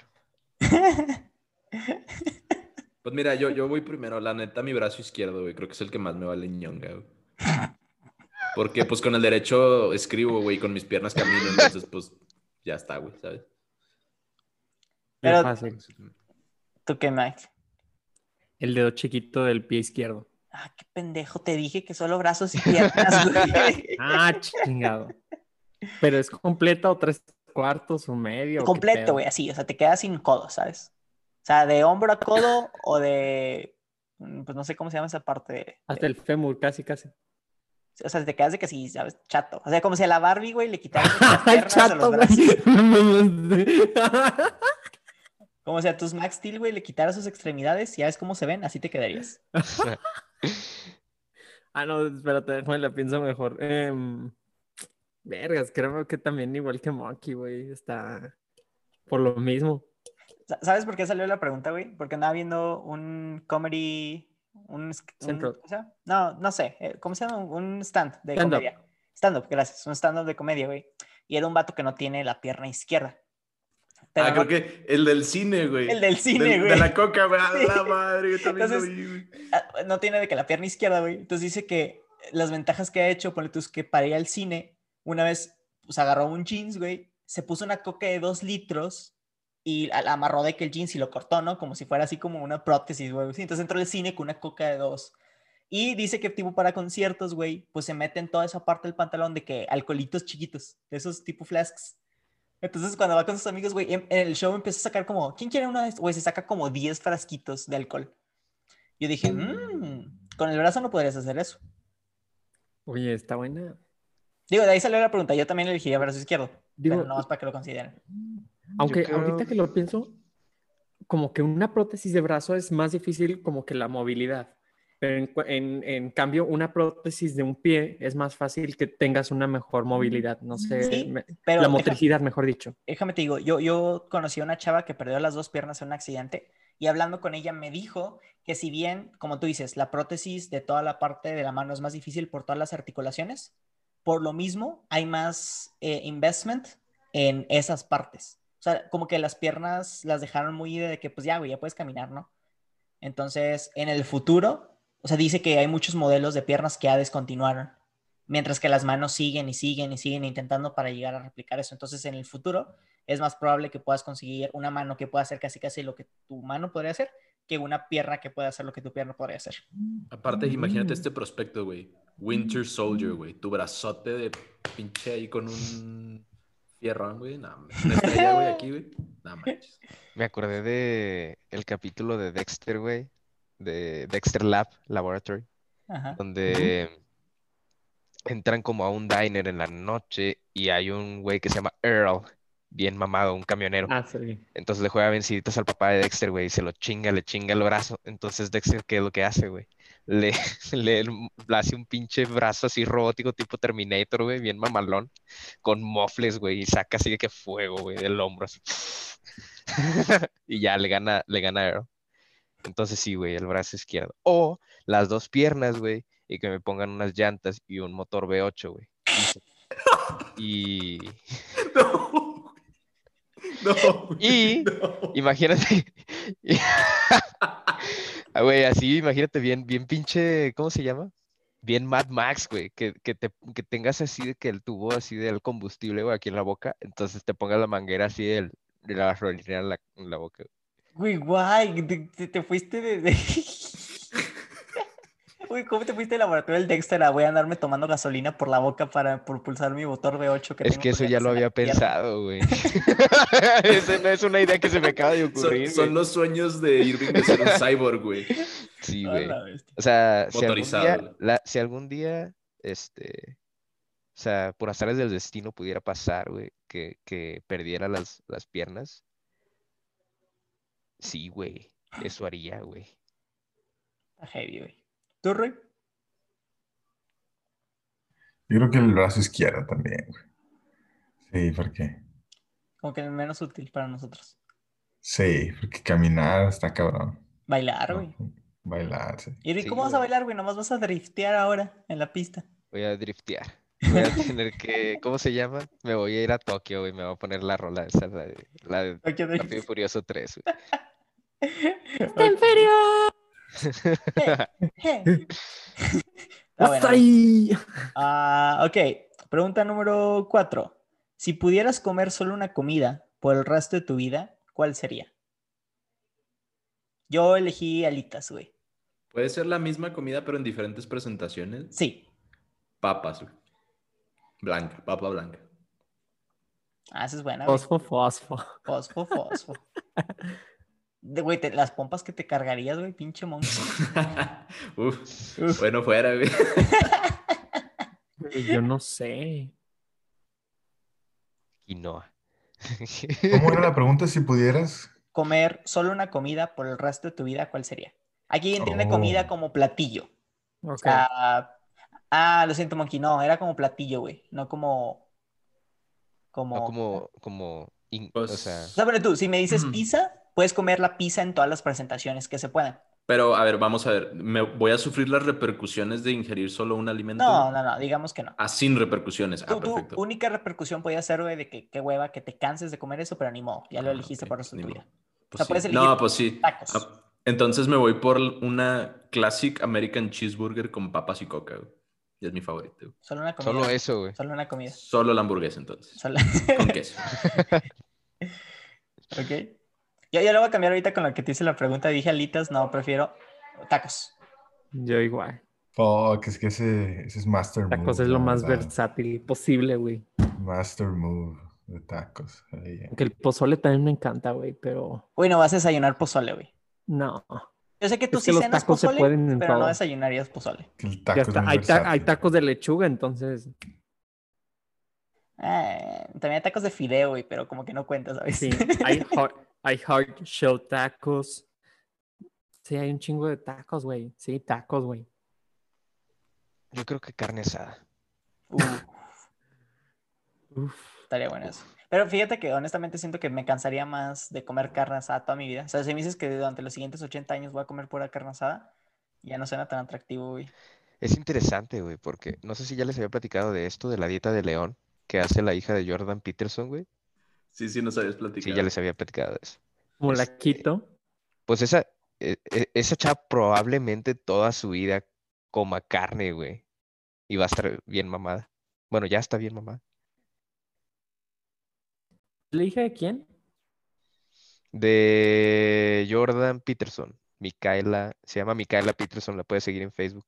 Speaker 3: Pues mira, yo, yo voy primero. La neta, mi brazo izquierdo, güey. Creo que es el que más me vale ñonga, güey. Porque pues con el derecho escribo, güey, con mis piernas camino, entonces pues ya está, güey, ¿sabes?
Speaker 2: Bien
Speaker 1: Pero-
Speaker 2: fácil.
Speaker 1: ¿Tú qué, Mike?
Speaker 2: El dedo chiquito del pie izquierdo.
Speaker 1: Ah, qué pendejo, te dije que solo brazos y piernas, güey.
Speaker 2: Ah, chingado. Pero es completa o tres cuartos o medio. ¿o qué
Speaker 1: Completo,
Speaker 2: pedo?
Speaker 1: güey, así, o sea, te quedas sin codo, ¿sabes? O sea, de hombro a codo o de. mm, Pues no sé cómo se llama esa parte. de-
Speaker 2: Hasta el fémur, casi, casi.
Speaker 1: O sea, te quedas de que sí, ¿sabes? Chato. O sea, como si a la Barbie, güey, le quitaran las
Speaker 2: Ay,
Speaker 1: piernas o los brazos.
Speaker 2: güey.
Speaker 1: Como si a tus Max Steel, güey, le quitaran sus extremidades y ya ves cómo se ven, así te quedarías.
Speaker 2: Ah, no, espérate, déjame la pienso mejor. Em, vergas, creo que también igual que Monkey, güey, está por lo mismo.
Speaker 1: Sa- ¿Sabes por qué salió la pregunta, güey? Porque andaba viendo un comedy. Un, es- un-
Speaker 2: Central.
Speaker 1: ¿cómo se llama? no, no sé. eh, ¿Cómo se llama? Un stand de
Speaker 2: Stand-up.
Speaker 1: comedia. Stand-up, gracias. Un stand-up de comedia, güey. Y era un vato que no tiene la pierna izquierda. Pero
Speaker 3: ah,
Speaker 1: no-
Speaker 3: creo que el del cine, güey.
Speaker 1: El del cine,
Speaker 3: Del-
Speaker 1: güey.
Speaker 3: De la coca, güey. A la
Speaker 1: Sí.
Speaker 3: madre, yo también lo
Speaker 1: Entonces-
Speaker 3: vi, güey.
Speaker 1: ah, no tiene de que la pierna izquierda, güey. Entonces dice que las ventajas que ha hecho, ponle tú, es que para ir al cine, una vez, pues agarró un jeans, güey, se puso una coca de dos litros y a- la amarró de que el jeans y lo cortó, ¿no? Como si fuera así como una prótesis, güey. Sí, Entonces entró al cine con una coca de dos. Y dice que tipo para conciertos, güey, pues se mete en toda esa parte del pantalón de que alcoholitos chiquitos, de esos tipo flasks. Entonces cuando va con sus amigos, güey, en, en el show empieza a sacar como, ¿quién quiere una de estas? Güey, se saca como 10 frasquitos de alcohol. Yo dije, "Mm, con el brazo no podrías hacer eso.
Speaker 2: Oye, está buena.
Speaker 1: Digo, de ahí salió la pregunta. Yo también elegiría brazo izquierdo.
Speaker 2: Digo, pues,
Speaker 1: pero no más para que lo consideren.
Speaker 2: Aunque
Speaker 5: creo-
Speaker 2: ahorita que lo pienso, como que una prótesis de brazo es más difícil como que la movilidad. Pero en, cu- en- en cambio, una prótesis de un pie es más fácil que tengas una mejor movilidad. No sé,
Speaker 1: Sí,
Speaker 2: me-
Speaker 1: Pero
Speaker 2: la
Speaker 1: deja-
Speaker 2: motricidad, mejor dicho.
Speaker 1: déjame te digo, yo, yo conocí a una chava que perdió las dos piernas en un accidente y hablando con ella me dijo que si bien, como tú dices, la prótesis de toda la parte de la mano es más difícil por todas las articulaciones, por lo mismo hay más eh, investment en esas partes. O sea, como que las piernas las dejaron muy de que pues ya, güey, ya puedes caminar, ¿no? Entonces, en el futuro, o sea, dice que hay muchos modelos de piernas que ya descontinuaron, mientras que las manos siguen y siguen y siguen intentando para llegar a replicar eso. Entonces, en el futuro, es más probable que puedas conseguir una mano que pueda hacer casi casi lo que tu mano podría hacer que una pierna que pueda hacer lo que tu pierna podría hacer.
Speaker 3: Aparte, imagínate este prospecto, güey. Winter Soldier, güey. Tu brazote de pinche ahí con un fierrón, güey. Nah, una estrella, güey, aquí, güey. Nah, manches.
Speaker 5: Me acordé de el capítulo de Dexter, güey. De Dexter Lab Laboratory.
Speaker 1: Ajá.
Speaker 5: Donde entran como a un diner en la noche y hay un güey que se llama Earl. Bien mamado, un camionero.
Speaker 2: Ah, sí.
Speaker 5: Entonces le juega venciditas al papá de Dexter, güey, y se lo chinga, le chinga el brazo. Entonces Dexter, ¿qué es lo que hace, güey? Le, le hace un pinche brazo así robótico tipo Terminator, güey, bien mamalón, con mofles, güey, y saca así de que fuego, güey, del hombro. así. y ya le gana, le gana a Arrow. Entonces sí, güey, el brazo izquierdo. O las dos piernas, güey, y que me pongan unas llantas y un motor V8, güey. Y
Speaker 3: No. No. güey,
Speaker 5: Y-
Speaker 3: no.
Speaker 5: imagínate, y- Ah, güey, así, imagínate bien, bien pinche, ¿cómo se llama? Bien Mad Max, güey, que, que, te, que tengas así de que el tubo así del combustible, güey, aquí en la boca, entonces te pongas la manguera así del, de la gasolinera en la, en la boca.
Speaker 1: Güey, guay, te, te- te fuiste de... de- Güey, ¿cómo te fuiste del laboratorio del Dexter? Ah, voy a andarme tomando gasolina por la boca para por pulsar mi motor V8 que
Speaker 5: Es
Speaker 1: tengo
Speaker 5: que eso
Speaker 1: colgado
Speaker 5: ya lo
Speaker 1: en la
Speaker 5: había
Speaker 1: pierna.
Speaker 5: pensado, güey. Esa no es una idea que se me acaba de
Speaker 3: Son,
Speaker 5: ocurrir.
Speaker 3: son
Speaker 5: güey.
Speaker 3: los sueños de Irving de ser un cyborg, güey.
Speaker 5: Sí,
Speaker 1: A
Speaker 5: güey.
Speaker 1: la bestia.
Speaker 5: O sea, si algún día,
Speaker 3: Motorizado.
Speaker 5: la- si algún día, este, o sea, por azares del destino pudiera pasar, güey, que, que perdiera las, las piernas. Sí, güey, eso haría, güey.
Speaker 1: Está heavy, güey. ¿Tú, Rui?
Speaker 4: Yo creo que el brazo izquierdo también, güey. Sí, porque.
Speaker 1: Como que el menos útil para nosotros.
Speaker 4: Sí, porque caminar está cabrón.
Speaker 1: Bailar,
Speaker 4: ¿no?
Speaker 1: güey.
Speaker 4: Bailar, sí.
Speaker 1: ¿Y Rui,
Speaker 5: Sí,
Speaker 1: cómo vas a
Speaker 5: güey.
Speaker 1: bailar, güey? Nomás vas a driftear ahora en la pista.
Speaker 5: Voy a driftear. Voy a tener que, ¿cómo se llama? Me voy a ir a Tokio, güey, me voy a poner la rola esa, la de, la de
Speaker 1: Tokio Drift.
Speaker 5: Rápido y Furioso 3, güey.
Speaker 1: Eh. Está bueno.
Speaker 6: ¡Hasta ahí!
Speaker 1: Ah, ok, pregunta número cuatro. Si pudieras comer solo una comida por el resto de tu vida, ¿cuál sería? Yo elegí alitas, güey.
Speaker 3: Puede ser la misma comida, pero en diferentes presentaciones.
Speaker 1: Sí.
Speaker 3: Papas, güey. Blanca, papa blanca.
Speaker 1: Ah, esa es buena. güey.
Speaker 2: Fosfo, fosfo.
Speaker 1: Fosfo, fosfo. De- Güey, te- las pompas que te cargarías, güey, pinche monstruo.
Speaker 3: Uf, bueno, fuera, güey.
Speaker 2: Güey, Yo no sé.
Speaker 5: Quinoa.
Speaker 4: ¿Cómo era la pregunta si pudieras?
Speaker 1: Comer solo una comida por el resto de tu vida, ¿cuál sería? Aquí entiende
Speaker 4: Oh.
Speaker 1: comida como platillo. O
Speaker 2: Ok.
Speaker 1: sea, ah, lo siento, Monkey, no, era como platillo, güey, no como... Como...
Speaker 3: Ah,
Speaker 5: No como, como, in- o
Speaker 3: Pues,
Speaker 5: sea,
Speaker 1: O sea, pero tú, si me dices
Speaker 3: Ujú.
Speaker 1: pizza, puedes comer la pizza en todas las presentaciones que se puedan.
Speaker 3: Pero, a ver, vamos a ver. ¿Me voy a sufrir las repercusiones de ingerir solo un alimento?
Speaker 1: No, no, no, digamos que no.
Speaker 3: Ah, sin repercusiones. Ah,
Speaker 1: Tu, tu
Speaker 3: perfecto.
Speaker 1: única repercusión podía ser, güey, de que qué hueva, que te canses de comer eso, pero ni modo, ya lo
Speaker 3: Ah,
Speaker 1: elegiste
Speaker 3: ok,
Speaker 1: por el resto de
Speaker 3: ni
Speaker 1: tu
Speaker 3: modo.
Speaker 1: vida.
Speaker 3: Pues
Speaker 1: sea,
Speaker 3: sí.
Speaker 1: puedes elegir
Speaker 3: No, pues sí.
Speaker 1: tacos.
Speaker 3: Ah, entonces me voy por una Classic American Cheeseburger con papas y coca. güey. Y es mi favorito. güey.
Speaker 1: Solo una comida.
Speaker 5: solo eso, güey.
Speaker 1: Solo una comida.
Speaker 3: Solo la hamburguesa, entonces.
Speaker 1: Solo...
Speaker 3: Con queso.
Speaker 1: ok. Yo ya lo voy a cambiar ahorita con lo que te hice la pregunta. Dije alitas, no, prefiero tacos.
Speaker 2: Yo igual.
Speaker 4: Fuck, es que ese, ese es master move.
Speaker 2: Tacos es
Speaker 4: pues, la
Speaker 2: lo más
Speaker 4: verdad.
Speaker 2: versátil posible, güey.
Speaker 4: Master move de tacos. Ahí, eh.
Speaker 2: Aunque el pozole también me encanta, güey, pero
Speaker 1: Uy, no vas a desayunar pozole, güey.
Speaker 2: no.
Speaker 1: Yo sé que tú
Speaker 2: Es
Speaker 1: sí
Speaker 2: que los
Speaker 1: cenas
Speaker 2: tacos se
Speaker 1: pozole,
Speaker 2: pueden en
Speaker 1: pero no
Speaker 2: todo.
Speaker 1: desayunarías pozole.
Speaker 4: Que el
Speaker 2: Ya
Speaker 4: taco es
Speaker 2: está.
Speaker 4: muy
Speaker 2: Hay, ta- hay
Speaker 4: versátil.
Speaker 2: tacos de lechuga, entonces
Speaker 1: Ah, también hay tacos de fideo, güey, pero como que no cuenta, ¿sabes?
Speaker 2: sí. Hay hard, hay hard shell tacos. Sí, hay un chingo de tacos, güey. Sí, tacos, güey.
Speaker 5: Yo creo que carne asada.
Speaker 1: Uh.
Speaker 2: Uf.
Speaker 1: Estaría bueno eso. Pero fíjate que honestamente siento que me cansaría más de comer carne asada toda mi vida. O sea, si me dices que durante los siguientes 80 años voy a comer pura carne asada, ya no suena tan atractivo, güey.
Speaker 5: Es interesante, güey, porque no sé si ya les había platicado de esto, de la dieta de león que hace la hija de Jordan Peterson, güey.
Speaker 3: Sí, sí, nos habías
Speaker 5: Sí,
Speaker 3: platicado.
Speaker 5: ya les había platicado de eso.
Speaker 2: Como la
Speaker 5: Este,
Speaker 2: quito.
Speaker 5: Pues esa, e- e- esa chava probablemente toda su vida coma carne, güey. Y va a estar bien mamada. Bueno, ya está bien mamada.
Speaker 2: ¿La hija de quién?
Speaker 5: De Jordan Peterson. Micaela, se llama Micaela Peterson, la puedes seguir en Facebook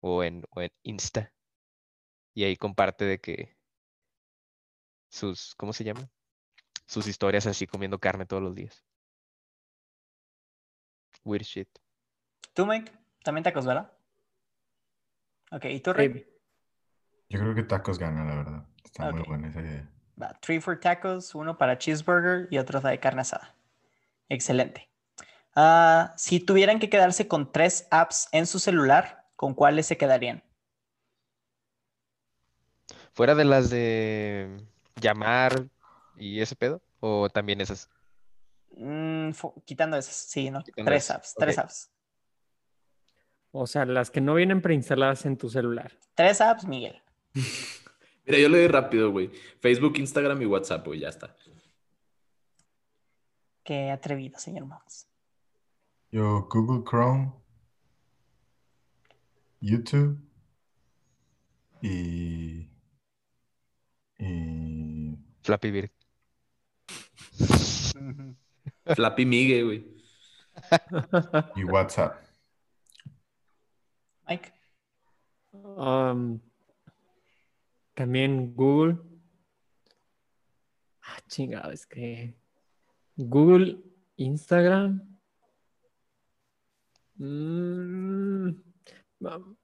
Speaker 5: o en, o en Insta. Y ahí comparte de que sus, ¿cómo se llama? Sus historias así comiendo carne todos los días. Weird shit.
Speaker 1: ¿Tú, Mike? También tacos, ¿verdad? Ok, ¿y tú, Rick?
Speaker 2: Eh,
Speaker 4: Yo creo que tacos gana, la verdad.
Speaker 2: Ah,
Speaker 4: Está muy
Speaker 1: Ok.
Speaker 4: buena esa idea.
Speaker 1: Va, three for tacos, uno para cheeseburger y otro de carne asada. Excelente. Ah, si tuvieran que quedarse con tres apps en su celular, ¿con cuáles se quedarían?
Speaker 5: Fuera de las de llamar y ese pedo, o también esas.
Speaker 1: Mm, fu- quitando esas, sí, ¿no?
Speaker 5: Quitando
Speaker 1: tres
Speaker 5: esas,
Speaker 1: apps, tres
Speaker 5: ok.
Speaker 1: apps.
Speaker 2: O sea, las que no vienen preinstaladas en tu celular.
Speaker 1: Tres apps, Miguel.
Speaker 3: Mira, yo lo doy rápido, güey. Facebook, Instagram y WhatsApp, güey, ya está.
Speaker 1: Qué atrevido, señor Mox.
Speaker 4: Yo, Google Chrome, YouTube y. Y.
Speaker 5: Flappy Bird.
Speaker 1: Ujú.
Speaker 3: Flappy Migue, güey.
Speaker 4: y WhatsApp.
Speaker 1: Mike,
Speaker 2: Um, también Google. Ah, chingado, es que Google, Instagram. Mm, um,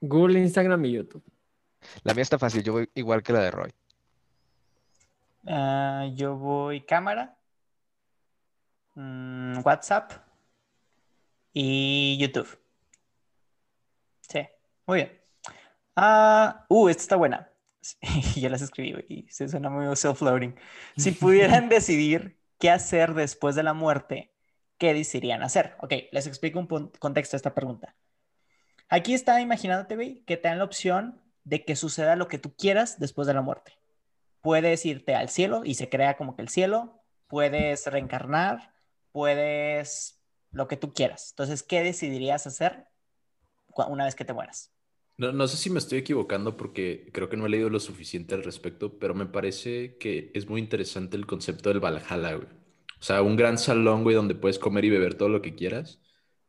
Speaker 2: Google, Instagram y YouTube.
Speaker 5: La mía está fácil, yo voy igual que la de Roy.
Speaker 1: ah, yo voy cámara, mm, WhatsApp y YouTube. Sí, muy bien. Ah, uh, esta está buena. Yo las escribí güey, y se suena muy self-loading. Si pudieran decidir qué hacer después de la muerte, ¿qué decidirían hacer? Ok, les explico un pon- contexto a esta pregunta. Aquí está imaginándote, güey, que te dan la opción de que suceda lo que tú quieras después de la muerte. Puedes irte al cielo y se crea como que el cielo, puedes reencarnar, puedes lo que tú quieras. Entonces, ¿qué decidirías hacer cua- una vez que te mueras?
Speaker 3: No, no sé si me estoy equivocando porque creo que no he leído lo suficiente al respecto, pero me parece que es muy interesante el concepto del Valhalla, güey. O sea, un gran salón, güey, donde puedes comer y beber todo lo que quieras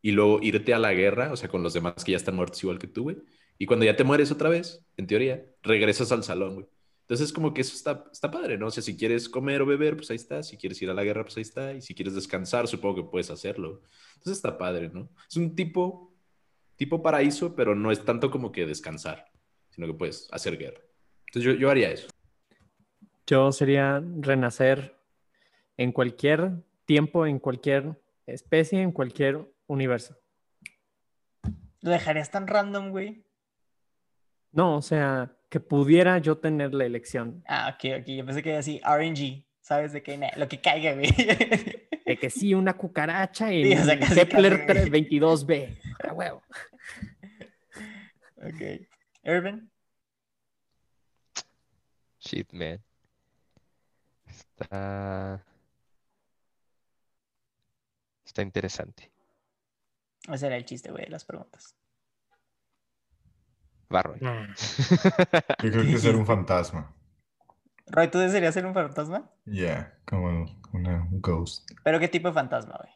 Speaker 3: y luego irte a la guerra, o sea, con los demás que ya están muertos igual que tú, güey. Y cuando ya te mueres otra vez, en teoría, regresas al salón, güey. Entonces, como que eso está, está padre, ¿no? O sea, si quieres comer o beber, pues ahí está. Si quieres ir a la guerra, pues ahí está. Y si quieres descansar, supongo que puedes hacerlo. Entonces está padre, ¿no? Es un tipo tipo paraíso, pero no es tanto como que descansar, sino que puedes hacer guerra. Entonces yo, yo haría eso.
Speaker 2: Yo sería renacer en cualquier tiempo, en cualquier especie, en cualquier universo.
Speaker 1: ¿Lo dejarías tan random, güey?
Speaker 2: No, o sea, que pudiera yo tener la elección.
Speaker 1: Ah, ok, ok. Yo pensé que era así, RNG, ¿sabes? De que nah, lo que caiga, güey.
Speaker 2: De que sí, una cucaracha en
Speaker 1: Sí, o sea,
Speaker 2: el
Speaker 1: casi,
Speaker 2: Kepler
Speaker 1: casi, güey.
Speaker 2: 22b. A huevo.
Speaker 1: ok. Irvin,
Speaker 5: Shit, man. Está. Está interesante.
Speaker 1: ese era el chiste, güey, de las preguntas.
Speaker 5: Va, Roy.
Speaker 2: Ah,
Speaker 4: Yo creo que ser un fantasma.
Speaker 1: Roy, ¿tú desearías ser un fantasma?
Speaker 4: Yeah, como una, un ghost.
Speaker 1: ¿Pero qué tipo de fantasma, güey?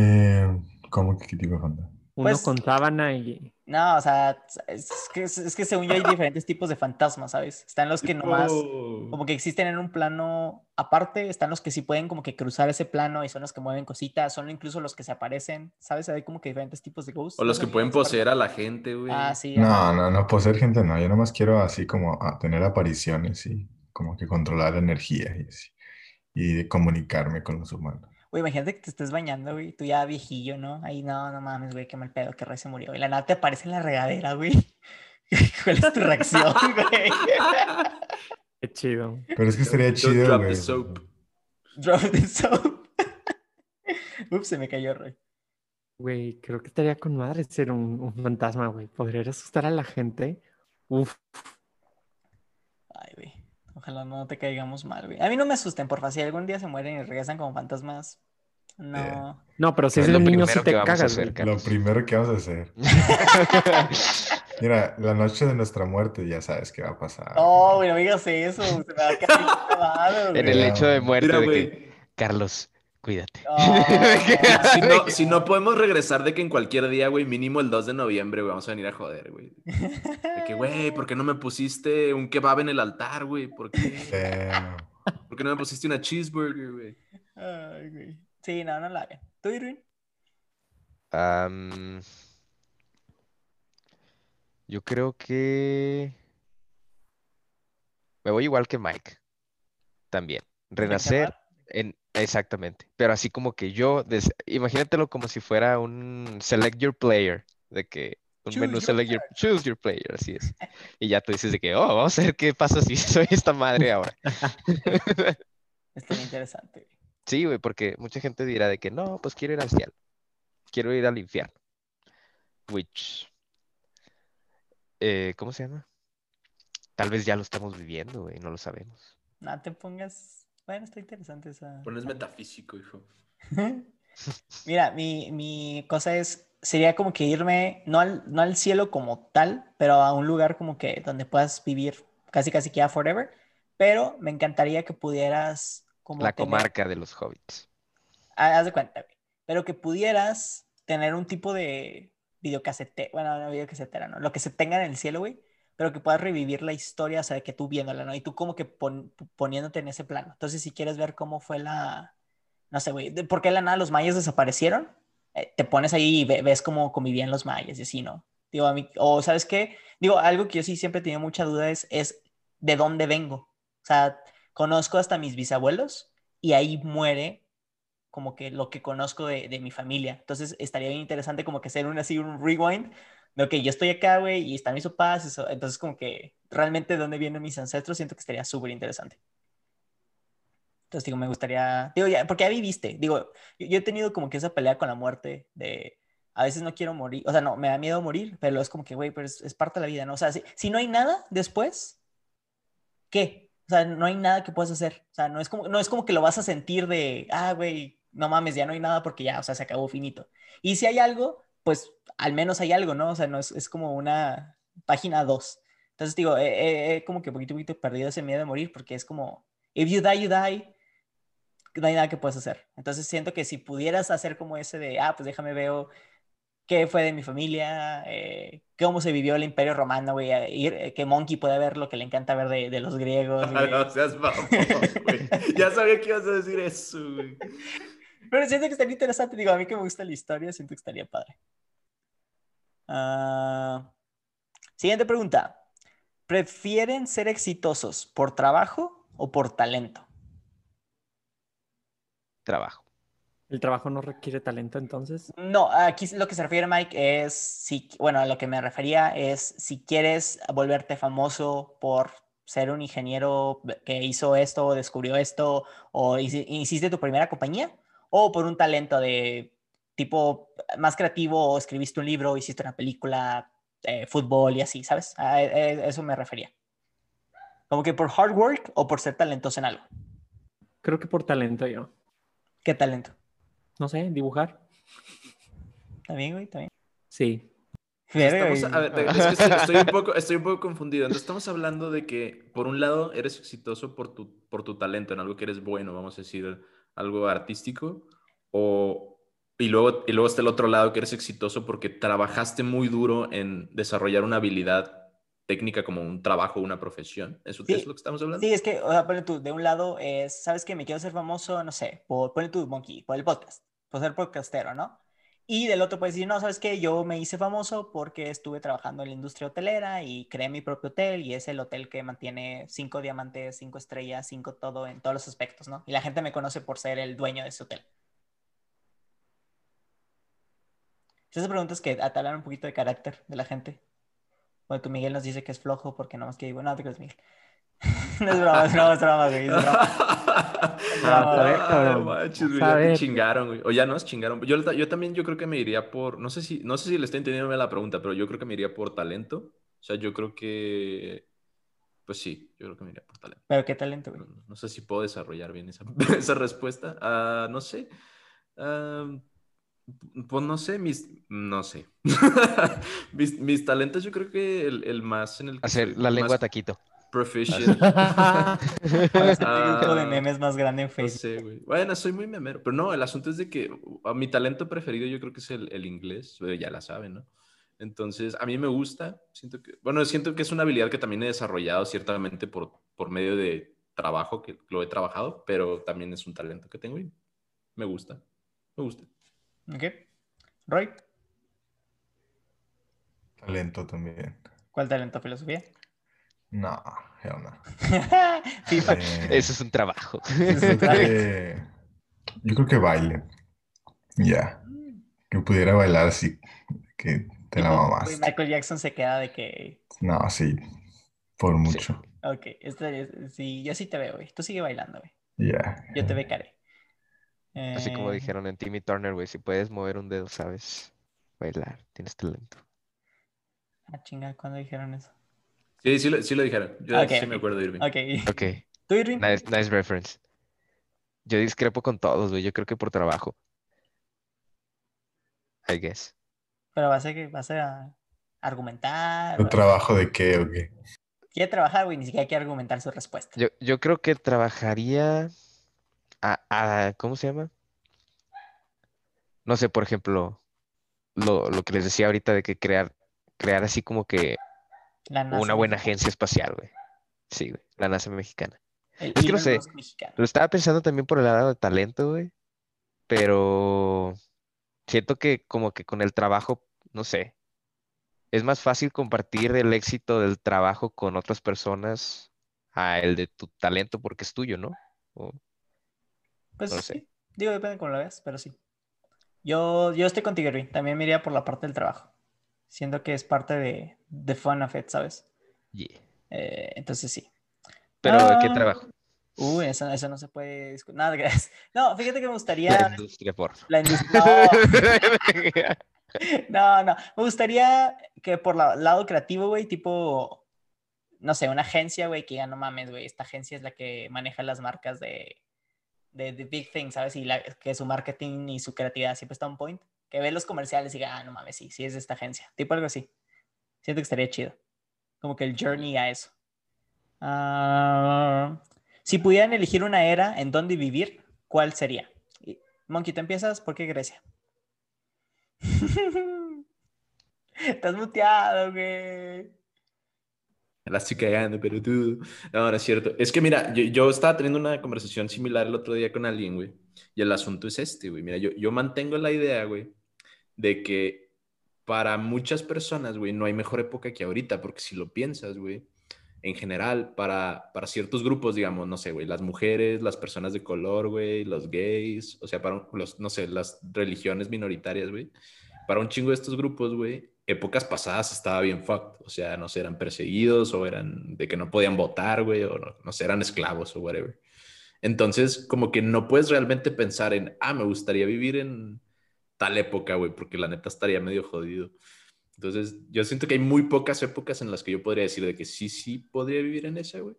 Speaker 4: Eh, ¿cómo que qué tipo de fantasma?
Speaker 2: Uno
Speaker 1: Pues-
Speaker 2: con sábana y.
Speaker 1: No, o sea, es que, es que según yo hay diferentes tipos de fantasmas, ¿sabes? Están los que nomás
Speaker 3: Oh.
Speaker 1: como que existen en un plano aparte, están los que sí pueden como que cruzar ese plano y son los que mueven cositas, son incluso los que se aparecen, ¿sabes? Hay como que diferentes tipos de ghosts.
Speaker 3: O los
Speaker 1: no
Speaker 3: que
Speaker 1: sé,
Speaker 3: pueden
Speaker 1: es parte-
Speaker 3: poseer a la gente, güey.
Speaker 1: Ah, sí. ajá.
Speaker 4: No, no, no, poseer gente no. Yo nomás quiero así como a tener apariciones y como que controlar la energía y así. Y comunicarme con los humanos.
Speaker 1: Güey, imagínate que te estés bañando, güey, tú ya viejillo, ¿no? Ahí, no, no mames, güey, qué mal pedo, que rey se murió. Y la nada te aparece en la regadera, güey. ¿Cuál es tu reacción, güey?
Speaker 2: Qué chido.
Speaker 4: Pero es que estaría
Speaker 3: Don't
Speaker 4: chido,
Speaker 3: drop the
Speaker 4: güey.
Speaker 3: soap.
Speaker 1: Drop the soap. Ups, se me cayó, Roy.
Speaker 2: Güey, creo que estaría con madre ser un, un fantasma, güey. Podría asustar a la gente. Uf.
Speaker 1: Ay, güey. Ojalá no te caigamos mal, güey. A mí no me asusten, porfa. Si algún día se mueren y regresan como fantasmas, no.
Speaker 2: No, pero si
Speaker 5: Es
Speaker 2: es de
Speaker 5: lo
Speaker 2: un niño,
Speaker 5: primero
Speaker 2: sí
Speaker 5: que
Speaker 2: te
Speaker 5: vamos a
Speaker 2: cagas,
Speaker 5: hacer,
Speaker 2: güey.
Speaker 5: Carlos.
Speaker 4: Lo primero que vamos a hacer. Mira, la noche de nuestra muerte ya sabes qué va a pasar.
Speaker 1: No, güey, no me digas eso. Se me va a caer clavado,
Speaker 5: En
Speaker 1: güey.
Speaker 5: el hecho de
Speaker 4: Mira,
Speaker 5: muerte
Speaker 3: Mira,
Speaker 5: de
Speaker 3: güey.
Speaker 5: que, Carlos, cuídate.
Speaker 1: No,
Speaker 3: Si no, si no podemos regresar de que en cualquier día, güey, mínimo el 2 de noviembre, güey, vamos a venir a joder, güey. De que,
Speaker 1: Eh.
Speaker 3: güey, ¿por qué no me pusiste un kebab en el altar, güey? ¿Por qué?
Speaker 4: Damn.
Speaker 3: ¿Por qué no me pusiste una cheeseburger, güey?
Speaker 1: Ay, güey. Sí, no, no la hagan. ¿Tú, Irwin?
Speaker 5: Am, yo creo que me voy igual que Mike. También. Renacer en exactamente. Pero así como que yo, des- imagínatelo como si fuera un select your player, de que un
Speaker 1: Choose
Speaker 5: menú
Speaker 1: your
Speaker 5: select your choose your player, así es. Y ya tú dices de que, oh, vamos a ver qué pasa si soy esta madre ahora.
Speaker 1: Estaría interesante. güey.
Speaker 5: Sí, güey, porque mucha gente dirá de que no, pues quiero ir al cielo. Quiero ir al infierno. Which. eh, ¿cómo se llama? Tal vez ya lo estamos viviendo, güey, no lo sabemos.
Speaker 1: No te pongas. Bueno, está interesante esa.
Speaker 3: Pones metafísico, hijo.
Speaker 1: Mira, mi, mi cosa es, sería como que irme, no al, no al cielo como tal, pero a un lugar como que donde puedas vivir casi casi que ya forever, pero me encantaría que pudieras como
Speaker 5: La
Speaker 1: tener-
Speaker 5: comarca de los hobbits.
Speaker 1: Ah, Haz de cuenta, güey. Pero que pudieras tener un tipo de videocasete, bueno, no videocasetera, no, lo que se tenga en el cielo, güey, pero que puedas revivir la historia, o sea, de que tú viéndola, ¿no? Y tú como que pon- poniéndote en ese plano. Entonces, si quieres ver cómo fue la, no sé, güey, de por qué de la nada los mayas desaparecieron, eh, te pones ahí y ve- ves cómo convivían los mayas y así, ¿no? Digo, a mí, o sabes qué, digo, algo que yo sí siempre he tenido mucha duda es, es de dónde vengo. O sea, conozco hasta mis bisabuelos y ahí muere como que lo que conozco de, de mi familia. Entonces estaría bien interesante como que hacer un así un rewind de que yo estoy acá, güey, y están mis papás, eso. entonces como que realmente de dónde vienen mis ancestros, siento que estaría súper interesante. Entonces digo, me gustaría, digo, ya, porque ya viviste, digo, yo, yo he tenido como que esa pelea con la muerte de... A veces no quiero morir, o sea, no, me da miedo morir, pero es como que, güey, pero es, es parte de la vida, ¿no? O sea, si- si no hay nada después, ¿qué? O sea, no hay nada que puedas hacer. O sea, no es como, no es como que lo vas a sentir de, ah, güey, no mames, ya no hay nada porque ya, o sea, se acabó finito. Y si hay algo, pues al menos hay algo, ¿no? O sea, no es, es como una página 2. Entonces digo, he, he- he como que poquito a poquito perdido ese miedo de morir porque es como, if you die, you die, no hay nada que puedas hacer. Entonces siento que si pudieras hacer como ese de, ah, pues déjame veo qué fue de mi familia, eh, cómo se vivió el imperio romano, güey, a ir- eh, que Monkey puede ver lo que le encanta ver de, de los griegos. güey.
Speaker 3: No seas mamón, güey. Ya sabía que ibas a decir eso, güey.
Speaker 1: Pero siento que estaría interesante. Digo, a mí que me gusta la historia, siento que estaría padre. Ah, siguiente pregunta. ¿Prefieren ser exitosos por trabajo o por talento?
Speaker 5: Trabajo.
Speaker 2: ¿El trabajo no requiere talento entonces?
Speaker 1: No, aquí lo que se refiere Mike es, si, bueno, a lo que me refería es si quieres volverte famoso por ser un ingeniero que hizo esto, o descubrió esto, o hici- hiciste tu primera compañía, o por un talento de tipo más creativo, o escribiste un libro, hiciste una película, eh, fútbol y así, ¿sabes? A e- e- eso me refería. Como que por hard work o por ser talentoso en algo.
Speaker 2: Creo que por talento yo.
Speaker 1: ¿Qué talento?
Speaker 2: No sé, dibujar.
Speaker 1: ¿Está bien, güey? ¿Está bien?
Speaker 2: Sí.
Speaker 1: Verga,
Speaker 3: Estamos-
Speaker 1: güey.
Speaker 3: a ver, es que estoy, estoy un poco, estoy un poco confundido. Entonces, estamos hablando de que, por un lado, eres exitoso por tu, por tu talento, en algo que eres bueno, vamos a decir, algo artístico, o, y, luego, y luego está el otro lado, que eres exitoso porque trabajaste muy duro en desarrollar una habilidad técnica como un trabajo, una profesión. ¿Eso
Speaker 1: Sí.
Speaker 3: es lo que estamos hablando?
Speaker 1: Sí, es que, o sea, ponle tú, de un lado es, ¿sabes que Me quiero ser famoso, no sé, por, ponle tú, Monkey, por el podcast, por ser podcastero, ¿no? Y del otro puedes decir, no, ¿sabes qué? Yo me hice famoso porque estuve trabajando en la industria hotelera y creé mi propio hotel y es el hotel que mantiene cinco diamantes, cinco estrellas, cinco todo en todos los aspectos, ¿no? Y la gente me conoce por ser el dueño de ese hotel. Esas preguntas que atalan un poquito de carácter de la gente. Bueno, tu Miguel nos dice que es flojo porque nomás que digo, no, te creas, Miguel. No es broma, es broma, es broma, güey, es broma.
Speaker 3: Ah,
Speaker 2: a ver,
Speaker 3: no
Speaker 2: cabrón.
Speaker 3: manches, güey,
Speaker 2: A
Speaker 3: ya te
Speaker 2: ver.
Speaker 3: chingaron, güey. O ya nos chingaron. Yo, yo también yo creo que me iría por. No sé si, no sé si le estoy entendiendo bien la pregunta, pero yo creo que me iría por talento. O sea, yo creo que. Pues sí, yo creo que me iría por talento.
Speaker 1: Pero qué talento, güey.
Speaker 3: No, no sé si puedo desarrollar bien esa, esa respuesta. Ah, no sé. Ah, pues no sé, mis. No sé. mis, mis talentos, yo creo que el, el más en el que
Speaker 5: Hacer
Speaker 3: soy
Speaker 5: la lengua
Speaker 3: más
Speaker 5: taquito.
Speaker 3: proficient.
Speaker 1: Ahora sí, el
Speaker 3: Ah.
Speaker 1: grupo este de memes más grande en
Speaker 3: No
Speaker 1: Facebook.
Speaker 3: sé, güey. Bueno, soy muy memero. Pero no, el asunto es de que uh, a mi talento preferido yo creo que es el, el inglés. pero ya la saben, ¿no? Entonces, a mí me gusta. Siento que, bueno, siento que es una habilidad que también he desarrollado ciertamente por, por medio de trabajo, que lo he trabajado, pero también es un talento que tengo y me gusta. Me gusta.
Speaker 1: ¿Ok? Roy,
Speaker 4: Talento también.
Speaker 1: ¿cuál talento? ¿Filosofía?
Speaker 4: No, hell no.
Speaker 1: FIFA.
Speaker 4: Eh,
Speaker 5: Eso es un trabajo.
Speaker 1: es un trabajo.
Speaker 4: eh, yo creo que baile. Ya.
Speaker 1: Mm.
Speaker 4: Que pudiera bailar así. Que te la
Speaker 1: Tipo,
Speaker 4: mamás.
Speaker 1: güey, Michael Jackson se queda de que.
Speaker 4: No, sí. Por mucho.
Speaker 1: Ok, este es- sí, yo sí te veo, güey. Tú sigue bailando, güey.
Speaker 4: Ya.
Speaker 1: Yo te becaré.
Speaker 5: Así como
Speaker 1: Eh,
Speaker 5: dijeron en Timmy Turner, güey, si puedes mover un dedo, sabes bailar, tienes talento.
Speaker 1: Ah, chinga, ¿cuándo dijeron eso?
Speaker 3: Sí, sí lo, sí lo dijeron. Yo
Speaker 1: Ok,
Speaker 3: sí me
Speaker 1: ok.
Speaker 3: acuerdo, Irving.
Speaker 1: Ok.
Speaker 5: Ok,
Speaker 1: ¿Tú, Irving?
Speaker 5: nice, nice reference. Yo discrepo con todos, güey, yo creo que por trabajo. I guess.
Speaker 1: Pero vas a, que- vas a argumentar.
Speaker 4: ¿Tu
Speaker 1: vas a-
Speaker 4: trabajo de qué o qué?
Speaker 1: Quiere trabajar, güey, ni siquiera quiere argumentar su respuesta.
Speaker 5: Yo, yo creo que trabajaría a, a- ¿cómo se llama? No sé, por ejemplo, lo, lo que les decía ahorita de que crear, crear así como que
Speaker 1: La NASA
Speaker 5: una buena
Speaker 1: mexicana.
Speaker 5: agencia espacial, güey. Sí, güey, la NASA mexicana.
Speaker 1: El
Speaker 5: Es que no
Speaker 1: Elon
Speaker 5: sé.
Speaker 1: Musk mexicano.
Speaker 5: Lo estaba pensando también por el lado de talento, güey. Pero siento que como que con el trabajo, no sé, es más fácil compartir el éxito del trabajo con otras personas a el de tu talento porque es tuyo, ¿no? O-
Speaker 1: Pues
Speaker 5: no lo
Speaker 1: sí.
Speaker 5: sé.
Speaker 1: Digo, depende de cómo lo veas, pero sí. Yo, yo estoy contigo, Irving. También me iría por la parte del trabajo. Siento que es parte de, de fun of it, ¿sabes?
Speaker 5: Yeah.
Speaker 1: Eh, entonces sí.
Speaker 5: Pero ¿de qué
Speaker 1: Ah,
Speaker 5: trabajo?
Speaker 1: Uy, eso, eso no se puede discutir. Nada, gracias. No, fíjate que me gustaría.
Speaker 5: La industria porno.
Speaker 1: La industria. No, no. Me gustaría que por la- lado creativo, güey, tipo, no sé, una agencia, güey, que diga, no mames, güey, esta agencia es la que maneja las marcas de, de, de Big Thing, ¿sabes? Y la- que su marketing y su creatividad siempre está on point. Que ve los comerciales y diga, ah, no mames, sí, sí es de esta agencia. Tipo algo así. Siento que estaría chido. Como que el journey a eso. Ah, si pudieran elegir una era en donde vivir, ¿cuál sería? Y- Monkey, ¿tú empiezas? ¿Por qué Grecia? Estás muteado, güey.
Speaker 3: La estoy cagando, pero tú. No, no es cierto. Es que mira, yo, yo estaba teniendo una conversación similar el otro día con alguien, güey. Y el asunto es este, güey. Mira, yo, yo mantengo la idea, güey, de que para muchas personas, güey, no hay mejor época que ahorita, porque si lo piensas, güey, en general, para, para ciertos grupos, digamos, no sé, güey, las mujeres, las personas de color, güey, los gays, o sea, para los, no sé, las religiones minoritarias, güey para un chingo de estos grupos, güey, épocas pasadas estaba bien fucked. O sea, no sé, eran perseguidos o eran de que no podían votar, güey, o no, no sé, eran esclavos o whatever. Entonces, como que no puedes realmente pensar en, ah, me gustaría vivir en tal época, güey, porque la neta estaría medio jodido. Entonces, yo siento que hay muy pocas épocas en las que yo podría decir de que sí, sí podría vivir en esa, güey.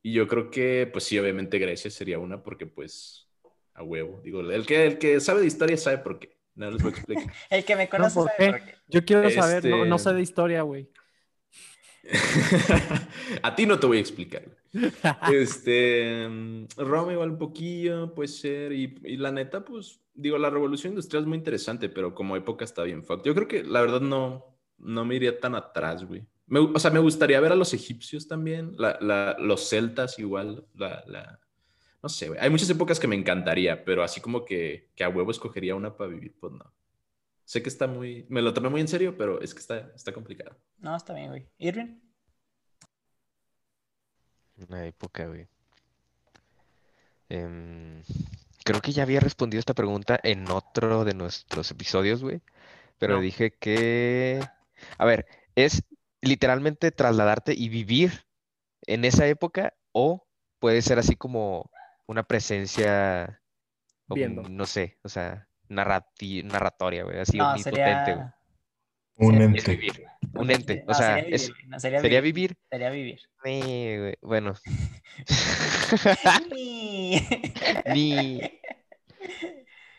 Speaker 3: Y yo creo que, pues sí, obviamente Grecia sería una porque, pues, a huevo. Digo, el que, el que sabe de historia sabe por qué. No les voy a explicar.
Speaker 1: El que me conoce
Speaker 2: ¿por
Speaker 1: sabe
Speaker 2: qué?
Speaker 1: por qué.
Speaker 2: Yo quiero saber, no, no
Speaker 3: Este-
Speaker 2: sé de historia, güey.
Speaker 3: A ti no te voy a explicar. güey. Este, mm, Roma igual un poquillo, puede ser. Y, y la neta, pues, digo, la revolución industrial es muy interesante, pero como época está bien fucked. Yo creo que la verdad no, no me iría tan atrás, güey. Me gu- o sea, me gustaría ver a los egipcios también, la- la- los celtas igual, la, la- no sé, güey. Hay muchas épocas que me encantaría, pero así como que, que a huevo escogería una para vivir, pues no. Sé que está muy, me lo tomé muy en serio, pero es que está, está complicado.
Speaker 1: No, está bien, güey. Irving,
Speaker 5: Una época, güey. Em, creo que ya había respondido esta pregunta en otro de nuestros episodios, güey. Pero
Speaker 2: No.
Speaker 5: dije que... A ver, es literalmente trasladarte y vivir en esa época o puede ser así como una presencia, o
Speaker 2: Viendo.
Speaker 5: no sé, o sea, narrati- narratoria, güey, así
Speaker 1: no,
Speaker 5: omnipotente, güey.
Speaker 1: sería.
Speaker 4: Un
Speaker 1: Sí.
Speaker 5: Es
Speaker 4: ente.
Speaker 5: vivir, un ente, o
Speaker 1: no,
Speaker 5: sea,
Speaker 1: sería vivir,
Speaker 5: es-
Speaker 1: güey. No, sería,
Speaker 5: sería
Speaker 1: vivir.
Speaker 5: vivir.
Speaker 1: Sería vivir.
Speaker 5: Eh, güey, Bueno. Ah. Ni-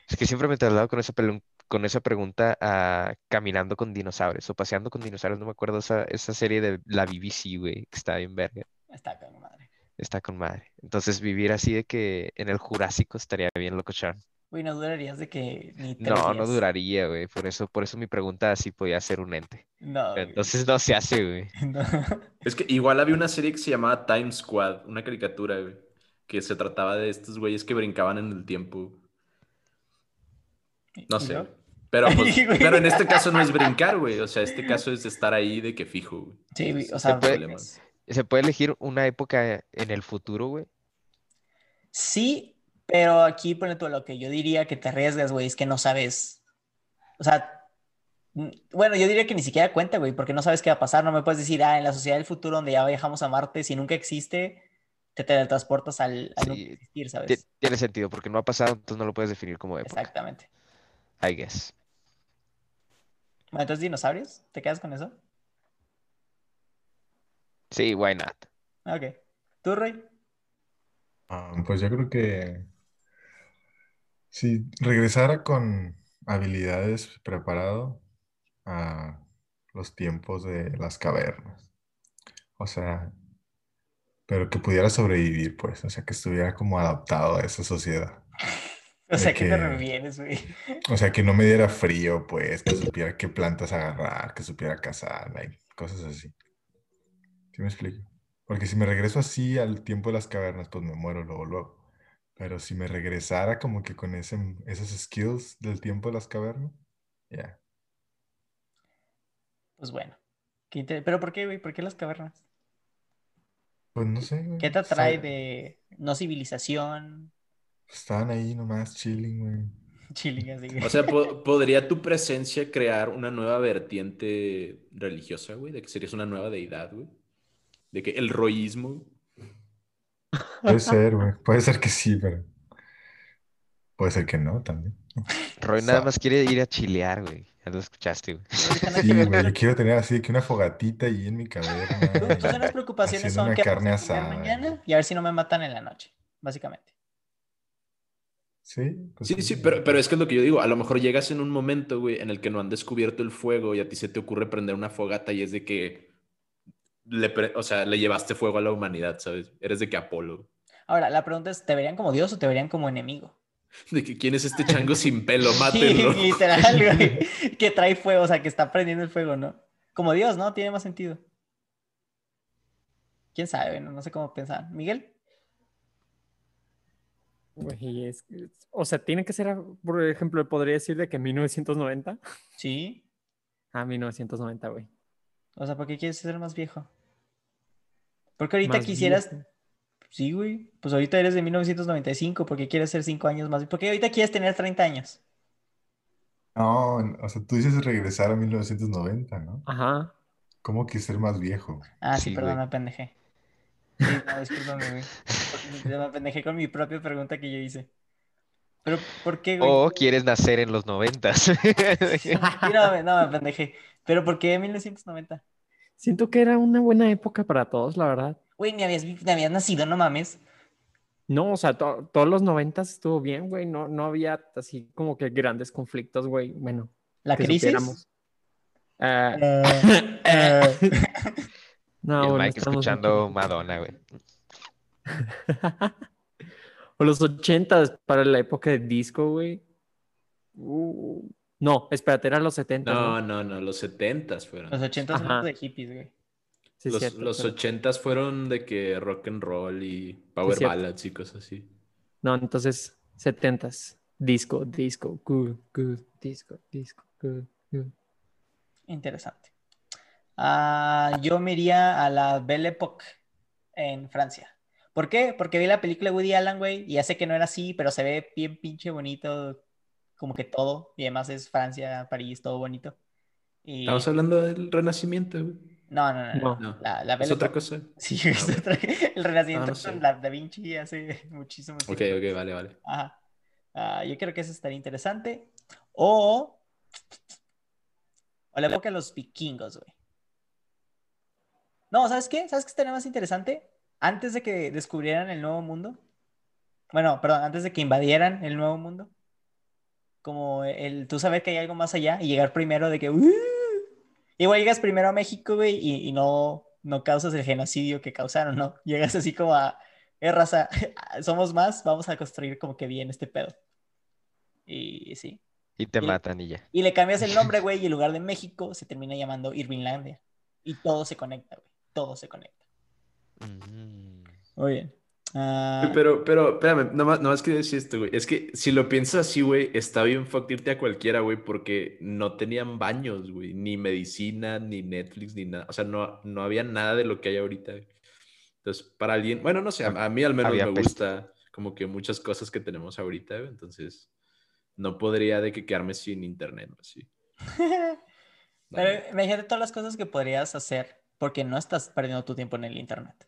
Speaker 5: Es que siempre me he trasladado con esa, pelu- con esa pregunta a caminando con dinosaurios o paseando con dinosaurios. No me acuerdo esa, esa serie de la BBC, güey, que está bien verga.
Speaker 1: está con madre.
Speaker 5: Está con madre. Entonces, vivir así de que en el Jurásico estaría bien locochón.
Speaker 1: Güey, no durarías de que ni tres
Speaker 5: No, no
Speaker 1: días.
Speaker 5: duraría, güey. Por eso, por eso mi pregunta así podía ser un ente.
Speaker 1: No,
Speaker 5: Pero
Speaker 1: güey.
Speaker 5: entonces no se hace, güey.
Speaker 1: No.
Speaker 3: Es que igual había una serie que se llamaba Time Squad, una caricatura, güey, que se trataba de estos güeyes que brincaban en el tiempo. No
Speaker 1: ¿Y
Speaker 3: sé.
Speaker 1: luego?
Speaker 3: güey. Pero, pues,
Speaker 1: Güey.
Speaker 3: pero en este caso no es brincar, güey. O sea, este caso es estar ahí de que fijo, güey.
Speaker 1: Sí, güey, o
Speaker 3: Se
Speaker 1: sea,
Speaker 3: puede-
Speaker 1: pues,
Speaker 5: ¿Se puede elegir una época en el futuro, güey?
Speaker 1: Sí, pero aquí pone todo lo que yo diría que te arriesgas, güey, es que no sabes. O sea, mm, bueno, yo diría que ni siquiera cuenta, güey, porque no sabes qué va a pasar. No me puedes decir, ah, en la sociedad del futuro donde ya viajamos a Marte, si nunca existe, te teletransportas al, al no
Speaker 5: Sí,
Speaker 1: existir,
Speaker 5: Ti-
Speaker 1: ¿sabes?
Speaker 5: Tiene sentido, porque no ha pasado, entonces no lo puedes definir como época.
Speaker 1: Exactamente.
Speaker 5: I guess.
Speaker 1: Bueno, entonces dinosaurios, ¿te quedas con eso?
Speaker 5: Sí, why not?
Speaker 1: Ah, Ok. ¿Tú, Roy?
Speaker 4: Ah, pues yo creo que si regresara con habilidades preparado a los tiempos de las cavernas, o sea, pero que pudiera sobrevivir, pues, o sea, que estuviera como adaptado a esa sociedad.
Speaker 1: O sea, ¿qué te
Speaker 4: que-
Speaker 1: refieres, güey?
Speaker 4: O sea, que no me diera frío, pues, que supiera qué plantas agarrar, que supiera cazar, like, cosas así. ¿Sí me explico? Porque si me regreso así al tiempo de las cavernas, pues me muero luego, luego. Pero si me regresara como que con ese, esos skills del tiempo de las cavernas, ya.
Speaker 1: Pues bueno. Qué inter- ¿Pero por qué, güey? ¿Por qué las cavernas?
Speaker 4: Pues no sé, güey.
Speaker 1: ¿Qué te
Speaker 4: está-
Speaker 1: atrae de no civilización?
Speaker 4: Estaban ahí nomás chilling, güey.
Speaker 1: Chilling, así que.
Speaker 3: O sea, po- ¿podría tu presencia crear una nueva vertiente religiosa, güey? De que serías una nueva deidad, güey. De que el royismo.
Speaker 4: Puede ser, güey. Puede ser que sí, pero... Puede ser que no también.
Speaker 5: Roy nada
Speaker 4: Sa-
Speaker 5: más quiere ir a chilear, güey. Ya lo escuchaste, güey.
Speaker 4: Sí, güey, yo quiero tener así que una fogatita ahí en mi caverna.
Speaker 1: Tú- Tus
Speaker 4: y-
Speaker 1: únicas preocupaciones
Speaker 4: haciendo
Speaker 1: son
Speaker 4: una
Speaker 1: qué
Speaker 4: carne
Speaker 1: vamos a comer
Speaker 4: asada.
Speaker 1: mañana y a ver si no me matan en la noche, básicamente.
Speaker 4: Sí, pues
Speaker 3: Sí, sí, pero, pero es que es lo que yo digo. A lo mejor llegas en un momento, güey, en el que no han descubierto el fuego y a ti se te ocurre prender una fogata y es de que. Le pre- o sea, le llevaste fuego a la humanidad, ¿sabes? Eres de que Apolo.
Speaker 1: Ahora, la pregunta es, ¿te verían como Dios o te verían como enemigo?
Speaker 3: De que quién es este chango sin pelo,
Speaker 1: Sí,
Speaker 3: mátenlo.
Speaker 1: literal, güey. Que trae fuego, o sea, que está prendiendo el fuego, ¿no? Como Dios, ¿no? Tiene más sentido. ¿Quién sabe? No, no sé cómo pensar. ¿Miguel?
Speaker 2: Güey, es- es- o sea, tiene que ser, a- por ejemplo, podría decir de que 1990.
Speaker 1: Sí.
Speaker 2: Ah, 1990, güey.
Speaker 1: O sea, ¿por qué quieres ser más viejo? Porque ahorita
Speaker 2: Más
Speaker 1: quisieras...
Speaker 2: viejo.
Speaker 1: Sí, güey. Pues ahorita eres de 1995, ¿por qué quieres ser 5 años más? ¿Por qué ahorita quieres tener 30 años?
Speaker 4: No, o sea, tú dices regresar a 1990, ¿no?
Speaker 2: Ajá.
Speaker 4: ¿Cómo que ser más viejo?
Speaker 1: Ah, sí,
Speaker 5: Sí,
Speaker 1: perdón,
Speaker 5: güey.
Speaker 1: me pendejé. Sí, no, discúlpame, güey. Me pendejé con mi propia pregunta que yo hice. Pero, ¿por qué, güey?
Speaker 2: Oh.
Speaker 5: O quieres nacer en los noventas.
Speaker 2: Ah,
Speaker 1: Sí, no, me- no, me pendejé. Pero, ¿por qué 1990?
Speaker 2: Siento que era una buena época para todos, la verdad.
Speaker 1: Güey, ni habías, vi- ni habías nacido, no mames.
Speaker 2: No, o sea, to- todos los noventas estuvo bien, güey. No, no había así como que grandes conflictos, güey. Bueno,
Speaker 1: La
Speaker 2: que
Speaker 1: crisis.
Speaker 2: supiéramos. Ah,
Speaker 1: Eh, eh,
Speaker 2: no,
Speaker 5: Y el
Speaker 2: bueno,
Speaker 5: Mike
Speaker 2: estamos en
Speaker 5: escuchando
Speaker 2: conflicto.
Speaker 5: Madonna, güey.
Speaker 2: O los ochentas para la época de disco, güey. Uh, no, espérate, eran los setentas.
Speaker 3: No, no, no, los setentas fueron.
Speaker 1: los 80 son
Speaker 2: Ajá.
Speaker 1: de hippies, güey.
Speaker 2: Sí,
Speaker 3: los
Speaker 2: cierto,
Speaker 3: los
Speaker 2: pero-
Speaker 3: ochentas fueron de que rock and roll y power
Speaker 2: cierto.
Speaker 3: ballads y cosas así.
Speaker 2: No, entonces, setentas. Disco, disco, good, good, disco, disco, good, good.
Speaker 1: Interesante. Ah, yo me iría a la Belle Époque en Francia. ¿Por qué? Porque vi la película de Woody Allen, güey, y ya sé que no era así, pero se ve bien pinche bonito, como que todo, y además es Francia, París, todo bonito. Y...
Speaker 3: Estamos hablando del renacimiento, güey.
Speaker 1: No, no, no, no.
Speaker 3: No,
Speaker 1: La, la
Speaker 3: es
Speaker 1: Belle
Speaker 3: otra
Speaker 1: Époque.
Speaker 3: cosa.
Speaker 1: Sí, güey, es
Speaker 3: Ah,
Speaker 1: otra- el Renacimiento
Speaker 3: Ah, no sé.
Speaker 1: con la Da Vinci hace muchísimos
Speaker 3: Ok,
Speaker 1: siglos.
Speaker 3: ok, vale, vale.
Speaker 1: Ajá. Ah, yo creo que eso estaría interesante. O, o la época de los vikingos, güey. No, ¿sabes qué? ¿Sabes qué estaría más interesante? Antes de que descubrieran el nuevo mundo. Bueno, perdón, antes de que invadieran el nuevo mundo. Como el tú saber que hay algo más allá y llegar primero de que. "Uh". Igual llegas primero a México, güey, y, y no, no causas el genocidio que causaron, ¿no? Llegas así como a. Eh, raza, somos más, vamos a construir como que bien este pedo. Y sí.
Speaker 5: Y te
Speaker 1: Y-
Speaker 5: matan y ya.
Speaker 1: Y le cambias el nombre, güey, y el lugar de México se termina llamando Irvinlandia. Y todo se conecta, güey. Todo se conecta.
Speaker 5: Mm.
Speaker 1: Muy bien. Ah,
Speaker 3: Pero, pero, espérame, nomás, nomás quería decir esto, güey. Es que si lo piensas así, güey, está bien fucked irte a cualquiera, güey, porque no tenían baños, güey. Ni medicina, ni Netflix, ni nada. O sea, no, no había nada de lo que hay ahorita. güey. Entonces, para alguien, bueno, no sé, a, a mí al menos
Speaker 5: Había
Speaker 3: me
Speaker 5: peste.
Speaker 3: gusta como que muchas cosas que tenemos ahorita, güey. Entonces, no podría de que quedarme sin internet, o así. No,
Speaker 1: Eh. pero imagínate todas las cosas que podrías hacer porque no estás perdiendo tu tiempo en el internet.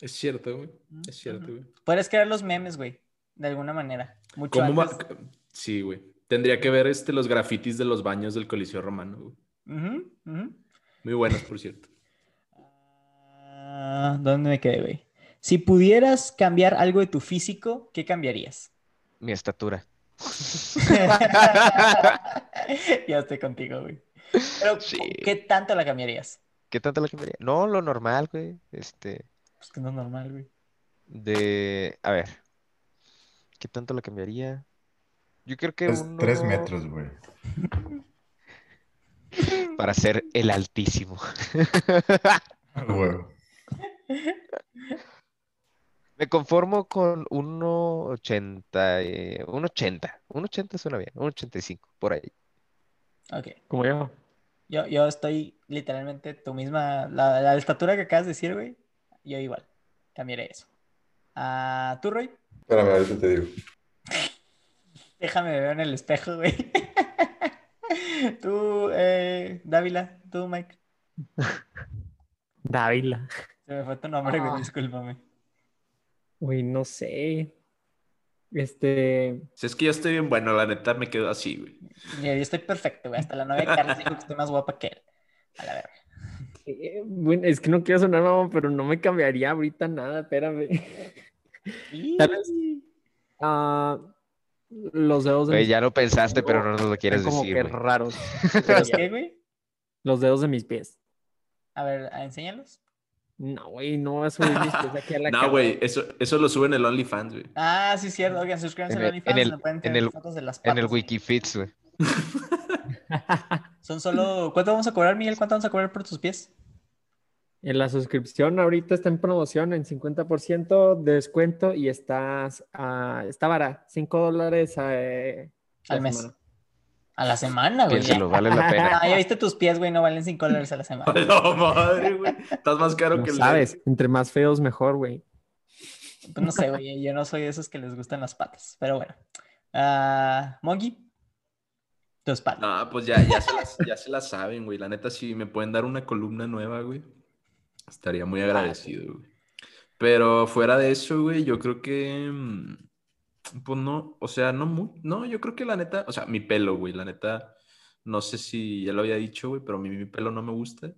Speaker 3: Es cierto, güey. Es cierto, güey.
Speaker 1: Puedes crear los memes, güey, de alguna manera. Mucho
Speaker 3: ¿Cómo va-
Speaker 1: antes.
Speaker 3: Sí, güey. Tendría que ver este, los grafitis de los baños del Coliseo Romano, güey.
Speaker 1: Ujú, ujú.
Speaker 3: Muy buenos, por cierto.
Speaker 1: Ah, ¿Dónde me quedé, güey? Si pudieras cambiar algo de tu físico, ¿qué cambiarías?
Speaker 5: Mi estatura.
Speaker 1: ya estoy contigo, güey. Pero,
Speaker 5: Sí.
Speaker 1: ¿qué tanto la cambiarías?
Speaker 5: ¿Qué tanto la cambiaría? No, lo normal, güey. Este,
Speaker 1: Pues que no es normal, güey.
Speaker 5: de, a ver, ¿qué tanto la cambiaría? Yo creo que
Speaker 4: Tres, tres
Speaker 5: uno-
Speaker 4: metros, güey.
Speaker 5: para ser el altísimo.
Speaker 4: Al Ah, huevo.
Speaker 5: Me conformo con 1.80, eh, 1.80, 1.80 suena bien, 1.85, por ahí.
Speaker 1: Ok.
Speaker 2: Como yo.
Speaker 1: Yo, yo estoy literalmente tu misma, la, la estatura que acabas de decir, güey. Yo igual. Cambiaré eso. Ah, ¿Tú, Roy?
Speaker 4: Espérame, ahorita te digo.
Speaker 1: Déjame ver en el espejo, güey. Tú, eh, Dávila, tú, Mike.
Speaker 2: Dávila.
Speaker 1: Se me fue tu nombre,
Speaker 2: Ah.
Speaker 1: güey, discúlpame.
Speaker 2: Uy, no sé. Este.
Speaker 3: Si es que yo estoy bien bueno, la neta me quedo así, güey.
Speaker 1: Mira, yo estoy perfecto, güey. Hasta la novia de Carlos dijo que estoy más guapa que él. A la verga.
Speaker 2: eh, bueno, es que no quiero sonar mamón, pero no me cambiaría ahorita nada, espérame. Tal vez- Ah, los dedos de
Speaker 5: Güey,
Speaker 2: mis
Speaker 5: ya lo pensaste, pero
Speaker 2: Tengo-
Speaker 5: no nos lo
Speaker 2: pies
Speaker 5: quieres
Speaker 2: como
Speaker 5: decir,
Speaker 2: que
Speaker 5: güey.
Speaker 2: raros.
Speaker 1: ¿Los qué, güey?
Speaker 2: Los dedos de mis pies.
Speaker 1: A ver, a- enséñalos.
Speaker 2: No, güey, no voy a subir mis pies aquí a la
Speaker 3: No,
Speaker 2: cámara.
Speaker 3: güey, eso, eso lo suben el OnlyFans, güey.
Speaker 1: Ah, sí, es cierto. Oigan, suscríbanse
Speaker 5: En
Speaker 1: a
Speaker 5: el-
Speaker 1: OnlyFans.
Speaker 5: en el-
Speaker 1: donde pueden
Speaker 5: en
Speaker 1: tener
Speaker 5: el-
Speaker 1: fotos de las
Speaker 5: En el
Speaker 1: patas, güey.
Speaker 5: Wikifits, güey.
Speaker 1: Son solo. ¿Cuánto vamos a cobrar, Miguel? ¿Cuánto vamos a cobrar por tus pies?
Speaker 2: En la suscripción ahorita está en promoción en 50% de descuento y estás a, está vara, 5 dólares eh, la
Speaker 1: Al mes.
Speaker 2: semana.
Speaker 1: A la
Speaker 4: Ah,
Speaker 1: semana, güey.
Speaker 5: Piénselo, vale la pena.
Speaker 1: Ah, ya viste tus pies, güey, no valen 5 dólares a la semana.
Speaker 3: ¡No, madre, güey! Estás más caro
Speaker 2: Lo
Speaker 3: que el
Speaker 2: sabes, entre más feos mejor, güey.
Speaker 1: Pues no sé, güey, yo no soy de esos que les gustan las patas, pero bueno. Ah, Monkey, tus patas.
Speaker 3: No, pues ya, ya, se las, ya se las saben, güey. La neta, si me pueden dar una columna nueva, güey, estaría muy agradecido, güey. Pero fuera de eso, güey, yo creo que. mm, Pues no, o sea, no, mu- no, yo creo que la neta, o sea, mi pelo, güey, la neta, no sé si ya lo había dicho, güey, pero a mí mi pelo no me gusta.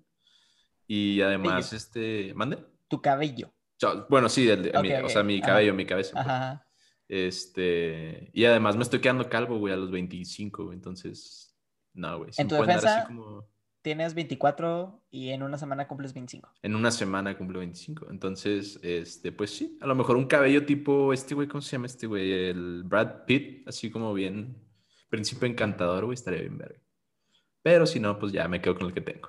Speaker 3: Y además, este, ¿mande?
Speaker 1: Tu cabello.
Speaker 3: O sea, bueno, sí, el de-
Speaker 1: Ok,
Speaker 3: mi- o
Speaker 1: ok,
Speaker 3: sea, mi
Speaker 1: ajá.
Speaker 3: cabello, mi cabeza. pues.
Speaker 1: Ajá.
Speaker 3: Este, y además me estoy quedando calvo, güey, a los 25, güey, entonces, no, güey, si
Speaker 1: En
Speaker 3: me
Speaker 1: tu
Speaker 3: pueden dar
Speaker 1: defensa-
Speaker 3: así como
Speaker 1: Tienes 24 y en una semana cumples 25.
Speaker 3: en una semana cumplo 25, entonces, este, pues sí, a lo mejor un cabello tipo este güey, ¿cómo se llama este güey? El Brad Pitt, así como bien príncipe encantador, güey, estaría bien verga. Pero si no, pues ya me quedo con el que tengo.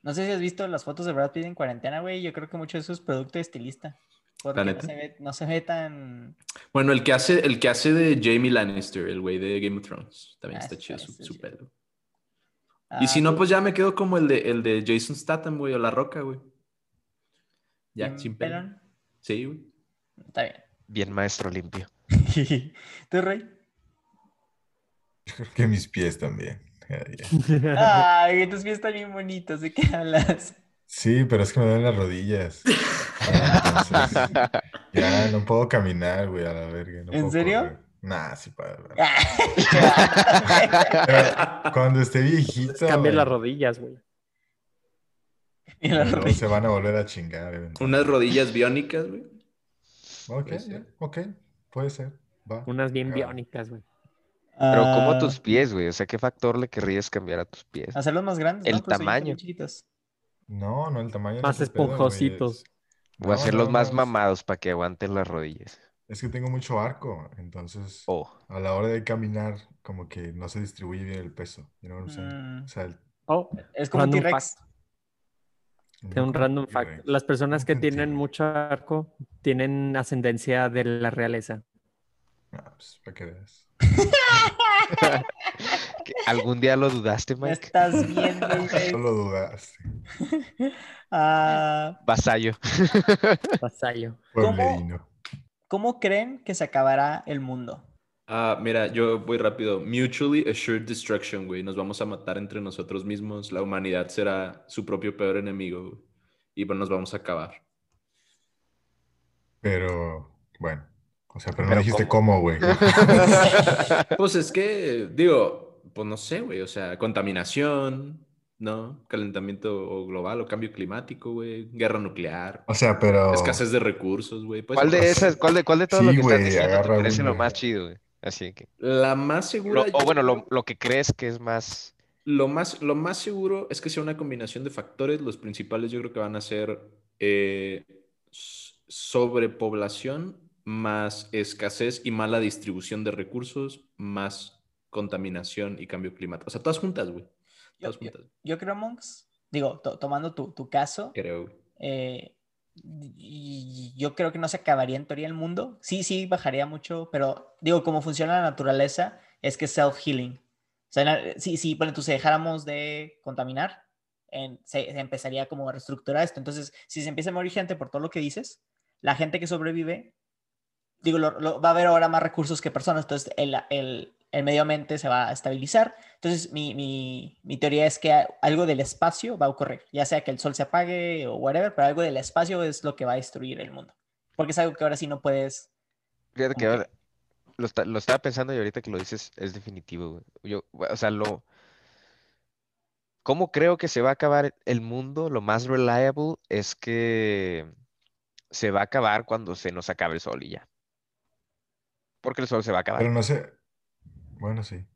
Speaker 1: No sé si has visto las fotos de Brad Pitt en cuarentena, güey. Yo creo que mucho de eso es producto de estilista. Porque no
Speaker 3: neta?
Speaker 1: se, ve, no se ve tan.
Speaker 3: Bueno, el que hace, el que hace de Jamie Lannister, el güey de Game of Thrones, también
Speaker 1: Ah,
Speaker 3: está
Speaker 1: está-
Speaker 3: chido su,
Speaker 1: está
Speaker 3: su
Speaker 1: chido.
Speaker 3: pelo. Y si
Speaker 1: ah,
Speaker 3: no, pues ya me quedo como el de, el de Jason Statham, güey, o La Roca, güey. Ya,
Speaker 1: bien
Speaker 3: sin pelo.
Speaker 1: mm, pelón.
Speaker 3: Sí, güey.
Speaker 1: Está
Speaker 5: Bien maestro limpio.
Speaker 1: bien. ¿Tú, Rey?
Speaker 4: Yo creo que mis pies también. Ya, ya.
Speaker 1: Ay, tus pies están bien bonitos. ¿De qué hablas?
Speaker 4: Sí, pero es que me duelen las rodillas. Entonces, ya no puedo caminar, güey, a la verga. no
Speaker 1: ¿En
Speaker 4: puedo
Speaker 1: serio?
Speaker 4: correr. Nah, sí, para la verga.
Speaker 1: Ah,
Speaker 4: Pero Cuando esté viejito,
Speaker 2: Cambia
Speaker 4: güey,
Speaker 2: las rodillas, güey.
Speaker 1: y la
Speaker 4: luego
Speaker 1: Rey.
Speaker 4: se van a volver a chingar. eventualmente.
Speaker 3: Unas Pues rodillas biónicas, güey.
Speaker 4: Ok,
Speaker 3: Puede ser.
Speaker 4: ya, ok, puede ser. Va.
Speaker 2: Unas bien
Speaker 4: Ah.
Speaker 2: biónicas, güey.
Speaker 5: Pero como
Speaker 1: Ah,
Speaker 5: tus pies, güey, o sea, ¿qué factor le querrías cambiar a tus pies?
Speaker 4: Ah,
Speaker 1: Hacerlos Ah, más grandes,
Speaker 5: El
Speaker 1: ¿no? Pues Pero se ven tan
Speaker 5: tamaño.
Speaker 1: chiquitos.
Speaker 4: No, no, el tamaño no
Speaker 2: Más
Speaker 4: es el pedo, güey,
Speaker 2: esponjositos.
Speaker 4: es-
Speaker 5: O
Speaker 4: No,
Speaker 5: hacerlos
Speaker 4: no,
Speaker 5: más
Speaker 4: no, es-
Speaker 5: mamados para que aguanten las rodillas.
Speaker 4: Es que tengo mucho arco, entonces
Speaker 5: Oh,
Speaker 4: a la hora de caminar, como que no se distribuye bien el peso. you know what I'm saying?
Speaker 1: Mm,
Speaker 4: O sea, el-
Speaker 2: Oh,
Speaker 1: Es como un
Speaker 2: Random
Speaker 1: T-Rex.
Speaker 2: tengo un
Speaker 4: nunca
Speaker 2: random
Speaker 4: me
Speaker 2: fact.
Speaker 4: reí.
Speaker 2: Las personas que
Speaker 4: Nunca
Speaker 2: tienen
Speaker 4: entendí.
Speaker 2: mucho arco tienen ascendencia de la realeza.
Speaker 4: Ah, pues, para que veas.
Speaker 5: ¿que ¿algún día lo dudaste,
Speaker 1: No
Speaker 5: Mike?
Speaker 1: estás viendo, güey.
Speaker 4: No lo dudaste.
Speaker 1: Ah,
Speaker 5: Vasallo.
Speaker 2: Vasallo.
Speaker 1: ¿Cómo?
Speaker 4: Pueblerino.
Speaker 1: ¿Cómo creen que se acabará el mundo?
Speaker 3: Ah, mira, yo voy rápido. Mutually assured destruction, güey. Nos vamos a matar entre nosotros mismos. La humanidad será su propio peor enemigo, güey. Y pues nos vamos a acabar.
Speaker 4: Pero, bueno. O sea, pero no
Speaker 5: Pero
Speaker 4: dijiste cómo, güey.
Speaker 3: Pues es que, digo, pues no sé, güey, o sea, contaminación, ¿no? Calentamiento o global o cambio climático, güey, guerra nuclear,
Speaker 4: O sea, pero.
Speaker 3: escasez de recursos, güey. Pues,
Speaker 5: ¿Cuál de
Speaker 4: pues,
Speaker 5: esas, cuál de, cuál de todo lo
Speaker 4: sí,
Speaker 5: que estás
Speaker 4: güey,
Speaker 5: diciendo te
Speaker 4: agarra
Speaker 5: parece lo
Speaker 4: una.
Speaker 5: más chido, güey? Así que.
Speaker 3: La más segura,
Speaker 5: lo- o bueno, lo, lo que crees que es más.
Speaker 3: lo más, lo más seguro es que sea una combinación de factores. Los principales yo creo que van a ser eh, s- sobrepoblación más escasez y mala distribución de recursos, más contaminación y cambio climático. O sea, todas juntas, güey.
Speaker 1: Yo,
Speaker 3: Todas
Speaker 1: yo-
Speaker 3: juntas,
Speaker 1: yo creo, Monks, digo, to- tomando tu, tu caso,
Speaker 3: creo. güey.
Speaker 1: eh, y- y yo creo que no se acabaría en teoría el mundo. Sí, sí, bajaría mucho, pero digo, como funciona la naturaleza, es que es self-healing. O sea, la- si, si bueno, tú se dejáramos de contaminar, en- se, se empezaría como a reestructurar esto. Entonces, si se empieza a morir gente por todo lo que dices, la gente que sobrevive, digo, lo- lo- va a haber ahora más recursos que personas, entonces el, el- el medio ambiente se va a estabilizar. Entonces, mi, mi- mi teoría es que a- algo del espacio va a ocurrir, ya sea que el sol se apague o whatever, pero algo del espacio es lo que va a destruir el mundo. Porque es algo que ahora sí no puedes.
Speaker 5: Fíjate que
Speaker 1: Ok.
Speaker 5: ahora lo, esta- lo estaba pensando y ahorita que lo dices es definitivo, güey. Yo, o sea, lo. ¿Cómo creo que se va a acabar el mundo? Lo más reliable es que se va a acabar cuando se nos acabe el sol y ya. Porque el sol se va a acabar.
Speaker 4: Pero no sé. Bueno, sí. Sí,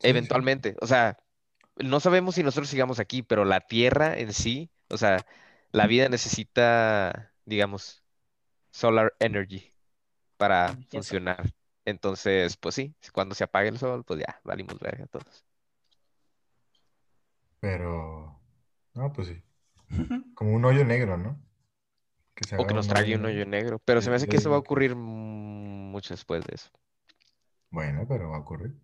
Speaker 4: sí.
Speaker 5: Eventualmente, o sea, no sabemos si nosotros sigamos aquí, pero la Tierra en sí, o sea, la vida necesita, digamos, solar energy para
Speaker 1: Energía solar.
Speaker 5: funcionar. Entonces, pues sí, cuando se apague el sol, pues ya, valimos verga todos.
Speaker 4: Pero. No, pues sí. Como un hoyo negro, ¿no? Que se
Speaker 5: O que
Speaker 4: haga
Speaker 5: nos
Speaker 4: un
Speaker 5: trague
Speaker 4: hoyo
Speaker 5: un hoyo
Speaker 4: negro.
Speaker 5: negro, pero se me
Speaker 4: Yo-
Speaker 5: hace
Speaker 4: yo
Speaker 5: que eso va a
Speaker 4: digo que-
Speaker 5: ocurrir mm, mucho después de eso.
Speaker 4: Bueno, pero va a ocurrir.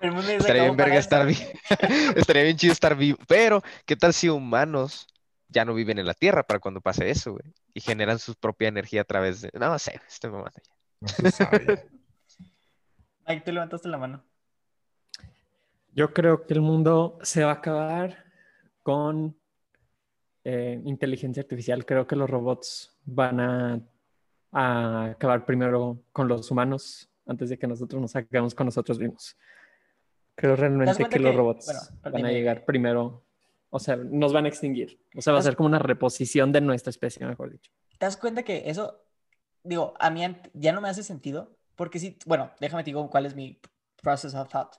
Speaker 1: El mundo ya se
Speaker 5: Estaría bien
Speaker 1: acabó para
Speaker 5: verga
Speaker 1: esto.
Speaker 5: estar vivo. Estaría bien chido estar vivo. Pero, ¿qué tal si humanos ya no viven en la Tierra para cuando pase eso, güey? Y generan su propia energía a través de. No sé, este me mata ya.
Speaker 4: No se sabe.
Speaker 1: Mike, tú levantaste la mano.
Speaker 2: Yo creo que el mundo se va a acabar con eh, inteligencia artificial. Creo que los robots van a, a acabar primero con los humanos antes de que nosotros nos acabemos con nosotros mismos. Creo realmente
Speaker 1: cuenta
Speaker 2: que, los
Speaker 1: que-
Speaker 2: robots
Speaker 1: bueno, pero
Speaker 2: van a
Speaker 1: dime.
Speaker 2: llegar primero. O sea, nos van a extinguir. O sea, va a
Speaker 1: ¿Te das-
Speaker 2: ser como una reposición de nuestra especie, mejor dicho.
Speaker 1: ¿Te das cuenta que eso, digo, a mí ant- ya no me hace sentido? Porque sí, bueno, déjame te digo cuál es mi process of thought.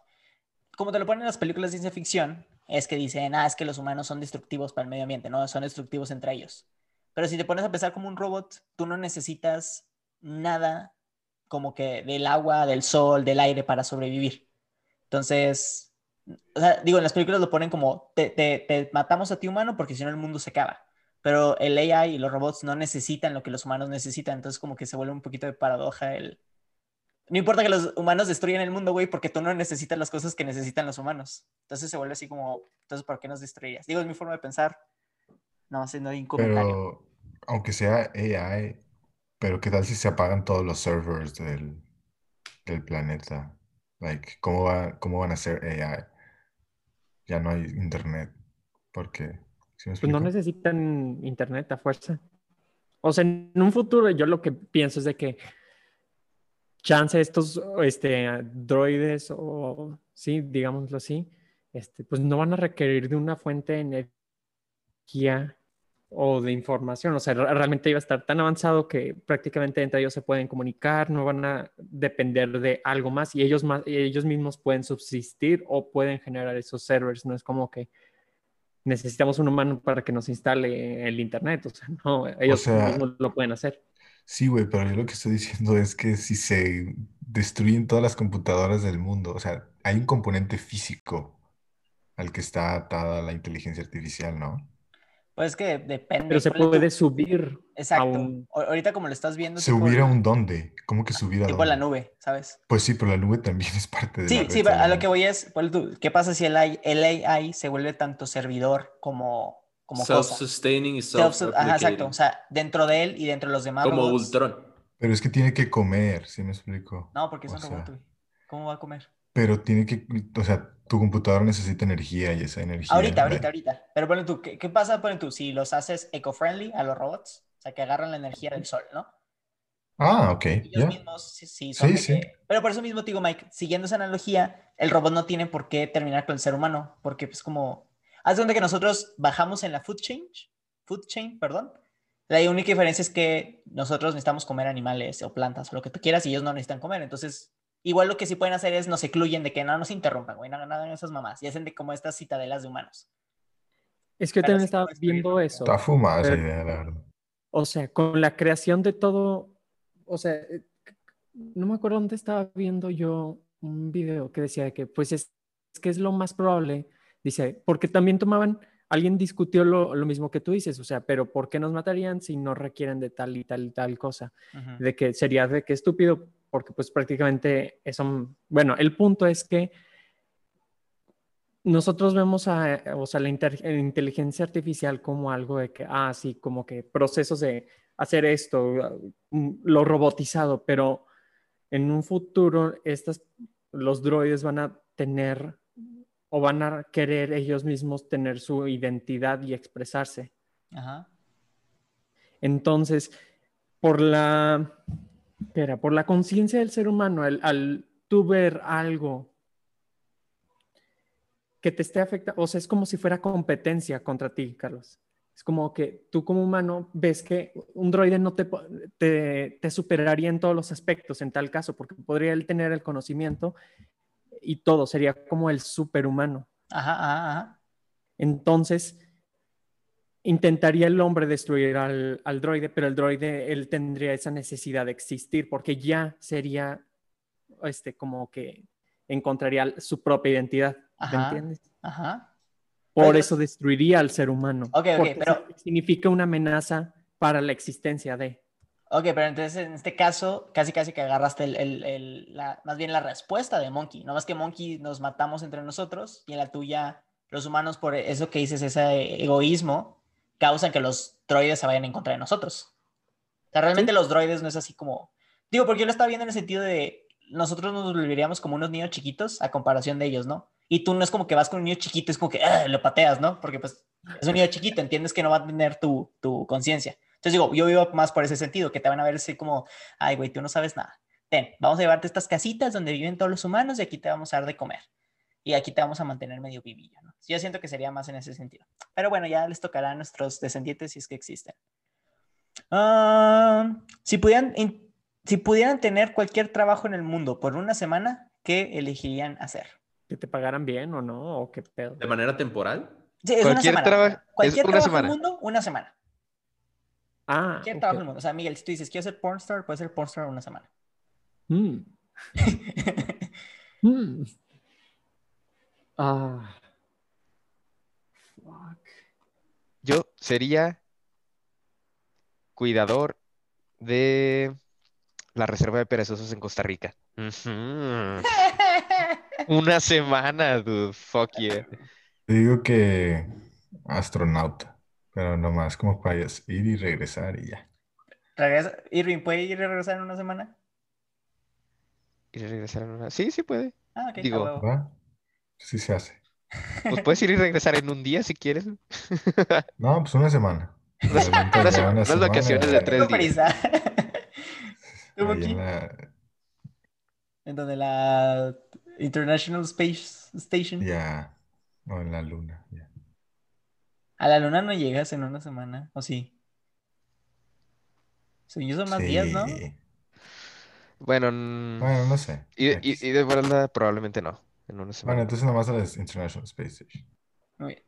Speaker 1: Como te lo ponen en las películas de ciencia ficción, es que dicen, ah, es que los humanos son destructivos para el medio ambiente, no, son destructivos entre ellos. Pero si te pones a pensar como un robot, tú no necesitas nada como que del agua, del sol, del aire para sobrevivir. Entonces, o sea, digo, en las películas lo ponen como, te, te- te matamos a ti humano porque si no el mundo se acaba pero el AI y los robots no necesitan lo que los humanos necesitan, entonces como que se vuelve un poquito de paradoja el... No importa que los humanos destruyan el mundo, güey, porque tú no necesitas las cosas que necesitan los humanos. Entonces se vuelve así como, entonces, ¿por qué nos destruirías? Digo, es mi forma de pensar. No, haciendo ahí un comentario.
Speaker 4: Pero, aunque sea AI, pero qué tal si se apagan todos los servers del, del planeta? Like, ¿cómo va, cómo van a ser AI? Ya no hay internet. Porque, ¿sí me
Speaker 2: Pues no
Speaker 4: explico?
Speaker 2: necesitan internet a fuerza. O sea, en un futuro yo lo que pienso es de que chance estos este, droides o, sí, digámoslo así, este, pues no van a requerir de una fuente de energía o de información. O sea, re- realmente iba a estar tan avanzado que prácticamente entre ellos se pueden comunicar, no van a depender de algo más y ellos, más, y ellos mismos pueden subsistir o pueden generar esos servers. No es como que necesitamos un humano para que nos instale el internet. O sea, no, ellos
Speaker 4: sea,
Speaker 2: mismos lo pueden hacer.
Speaker 4: Sí, güey, pero yo lo que estoy diciendo es que si se destruyen todas las computadoras del mundo, o sea, hay un componente físico al que está atada la inteligencia artificial, ¿no?
Speaker 1: Pues es que depende.
Speaker 2: Pero se
Speaker 1: ponle tú-
Speaker 2: puede subir
Speaker 1: Exacto.
Speaker 2: un-
Speaker 1: O- Ahorita como lo estás viendo...
Speaker 4: ¿Se
Speaker 1: tipo
Speaker 4: hubiera
Speaker 1: el-
Speaker 4: un dónde? ¿Cómo que subir a
Speaker 1: Tipo Ah, la
Speaker 4: dónde?
Speaker 1: nube, ¿sabes?
Speaker 4: Pues sí, pero la nube también es parte de la
Speaker 1: Sí,
Speaker 4: red
Speaker 1: sí, pero a lo
Speaker 4: celular.
Speaker 1: que voy es, ponle tú, ¿qué pasa si el AI, el AI se vuelve tanto servidor como, como cosa?
Speaker 3: Self-sustaining y
Speaker 1: Self- ajá, exacto.
Speaker 3: self-replicating.
Speaker 1: O sea, dentro de él y dentro de los demás
Speaker 3: Como
Speaker 1: robots.
Speaker 3: Ultron.
Speaker 4: Pero es que tiene que comer, ¿sí me explico?
Speaker 1: No, porque es
Speaker 4: O
Speaker 1: un robot,
Speaker 4: sea,
Speaker 1: güey. ¿Cómo va a comer?
Speaker 4: pero tiene que, o sea, tu computadora necesita energía y esa energía
Speaker 1: Ahorita,
Speaker 4: la-
Speaker 1: ahorita, ahorita. Pero ponen tú, ¿qué, qué pasa, ponen tú, si los haces eco-friendly a los robots? O sea, que agarran la energía del sol, ¿no?
Speaker 4: Ah, ok,
Speaker 1: Ellos
Speaker 4: ya.
Speaker 1: mismos, sí, sí, son
Speaker 4: Sí,
Speaker 1: de
Speaker 4: sí.
Speaker 1: que- Pero por eso mismo te digo, Mike, siguiendo esa analogía, el robot no tiene por qué terminar con el ser humano, porque pues como... Haz de cuenta que nosotros bajamos en la food chain, food chain, perdón. La única diferencia es que nosotros necesitamos comer animales o plantas o lo que tú quieras y ellos no necesitan comer. Entonces, igual lo que sí pueden hacer es nos excluyen de que no nos interrumpan, güey, nada, nada de esas mamás. Y hacen de como estas citadelas de humanos.
Speaker 2: Es que yo
Speaker 1: Pero
Speaker 2: también
Speaker 1: sí
Speaker 2: estaba
Speaker 1: puedes
Speaker 2: viendo eso.
Speaker 4: Está fumada esa
Speaker 2: Pero-
Speaker 4: idea, la verdad.
Speaker 2: O sea, con la creación de todo, o sea, eh, no me acuerdo dónde estaba viendo yo un video que decía que, pues es, es que es lo más probable, dice, porque también tomaban, alguien discutió lo, lo mismo que tú dices, o sea, pero ¿por qué nos matarían si no requieren de tal y tal y tal cosa?
Speaker 1: Ujú.
Speaker 2: De que sería de que estúpido, porque pues prácticamente eso, bueno, el punto es que nosotros vemos a, o sea, la, inter- la inteligencia artificial como algo de que, ah, sí, como que procesos de hacer esto, mm, lo robotizado, pero en un futuro estas, los droides van a tener o van a querer ellos mismos tener su identidad y expresarse.
Speaker 1: Ajá.
Speaker 2: Entonces, por la, ¿qué era? Por la conciencia del ser humano, el- al tú ver algo que te esté afectando, o sea, es como si fuera competencia contra ti, Carlos. Es como que tú como humano ves que un droide no te, po- te, te superaría en todos los aspectos, en tal caso, porque podría él tener el conocimiento y todo, sería como el superhumano.
Speaker 1: Ajá, ajá, ajá.
Speaker 2: Entonces, intentaría el hombre destruir al, al droide, pero el droide, él tendría esa necesidad de existir porque ya sería, este, como que encontraría su propia identidad, ¿me
Speaker 1: Ajá.
Speaker 2: entiendes?
Speaker 1: Ajá.
Speaker 2: Por
Speaker 1: Pero-
Speaker 2: eso destruiría al ser humano.
Speaker 1: Ok, ok,
Speaker 2: porque
Speaker 1: pero-
Speaker 2: Significa una amenaza para la existencia de...
Speaker 1: Ok, pero entonces en este caso, casi casi que agarraste el, el- el- la, más bien la respuesta de Monkey. No más que Monkey nos matamos entre nosotros y en la tuya, los humanos, por eso que dices, ese egoísmo, causan que los droides se vayan en contra de nosotros. O sea, realmente los droides no es así como. Digo, porque yo lo estaba viendo en el sentido de nosotros nos volveríamos como unos niños chiquitos a comparación de ellos, ¿no? Y tú no es como que vas con un niño chiquito, es como que "Ah", lo pateas, ¿no? Porque pues es un niño chiquito, entiendes que no va a tener tu, tu conciencia. Entonces digo, yo vivo más por ese sentido, que te van a ver así como, ay, güey, tú no sabes nada. Ten, vamos a llevarte a estas casitas donde viven todos los humanos y aquí te vamos a dar de comer. Y aquí te vamos a mantener medio vivillo, ¿no? Yo siento que sería más en ese sentido. Pero bueno, ya les tocará a nuestros descendientes si es que existen. Ah, si, pudieran, in- si pudieran tener cualquier trabajo en el mundo por una semana, ¿qué elegirían hacer?
Speaker 2: Que te pagaran bien o no, o qué pedo.
Speaker 3: ¿De manera temporal?
Speaker 1: Sí, es
Speaker 5: Cualquier
Speaker 1: una semana.
Speaker 5: traba- es
Speaker 1: cualquier
Speaker 5: una
Speaker 1: trabajo
Speaker 5: semana.
Speaker 1: en el mundo, una semana.
Speaker 2: Ah,
Speaker 1: Cualquier
Speaker 2: ok.
Speaker 1: trabajo en el mundo. O sea, Miguel, si tú dices, quiero ser pornstar, puedes ser pornstar una semana.
Speaker 2: Mm, mm. Ah. Fuck.
Speaker 5: Yo sería cuidador de la reserva de perezosos en Costa Rica. Ujú. Una semana, dude. Fuck yeah.
Speaker 4: Digo que astronauta, pero nomás como para ir y regresar y ya.
Speaker 1: Regresa, Irving, ¿puede ir y regresar en una semana?
Speaker 5: Y regresar en una... Sí, sí puede.
Speaker 1: Ah, ok, a
Speaker 5: Digo,
Speaker 1: huevo.
Speaker 4: ¿Va? Sí se hace.
Speaker 5: Pues puedes ir y regresar en un día si quieres.
Speaker 4: No, pues una semana.
Speaker 5: Una
Speaker 4: Ahorita
Speaker 5: semana, una
Speaker 4: ya
Speaker 5: semana,
Speaker 4: una
Speaker 5: unas
Speaker 4: semana
Speaker 5: vacaciones de
Speaker 4: de-
Speaker 5: tres
Speaker 1: Tengo
Speaker 5: días.
Speaker 1: prisa.
Speaker 4: Ahí
Speaker 1: Como
Speaker 4: eh, en
Speaker 1: aquí,
Speaker 4: la-
Speaker 1: en donde la International Space Station.
Speaker 4: ya, o en la luna. ya.
Speaker 1: A la luna no llegas en una semana, ¿o sí? Según yo son más días, ¿no?
Speaker 4: Sí.
Speaker 5: Bueno, mm,
Speaker 4: Bueno, no sé.
Speaker 5: y, y-
Speaker 4: X.
Speaker 5: y de verdad probablemente no. En una
Speaker 4: Bueno,
Speaker 5: semana.
Speaker 4: entonces nomás a la International Space Station.
Speaker 1: Muy bien.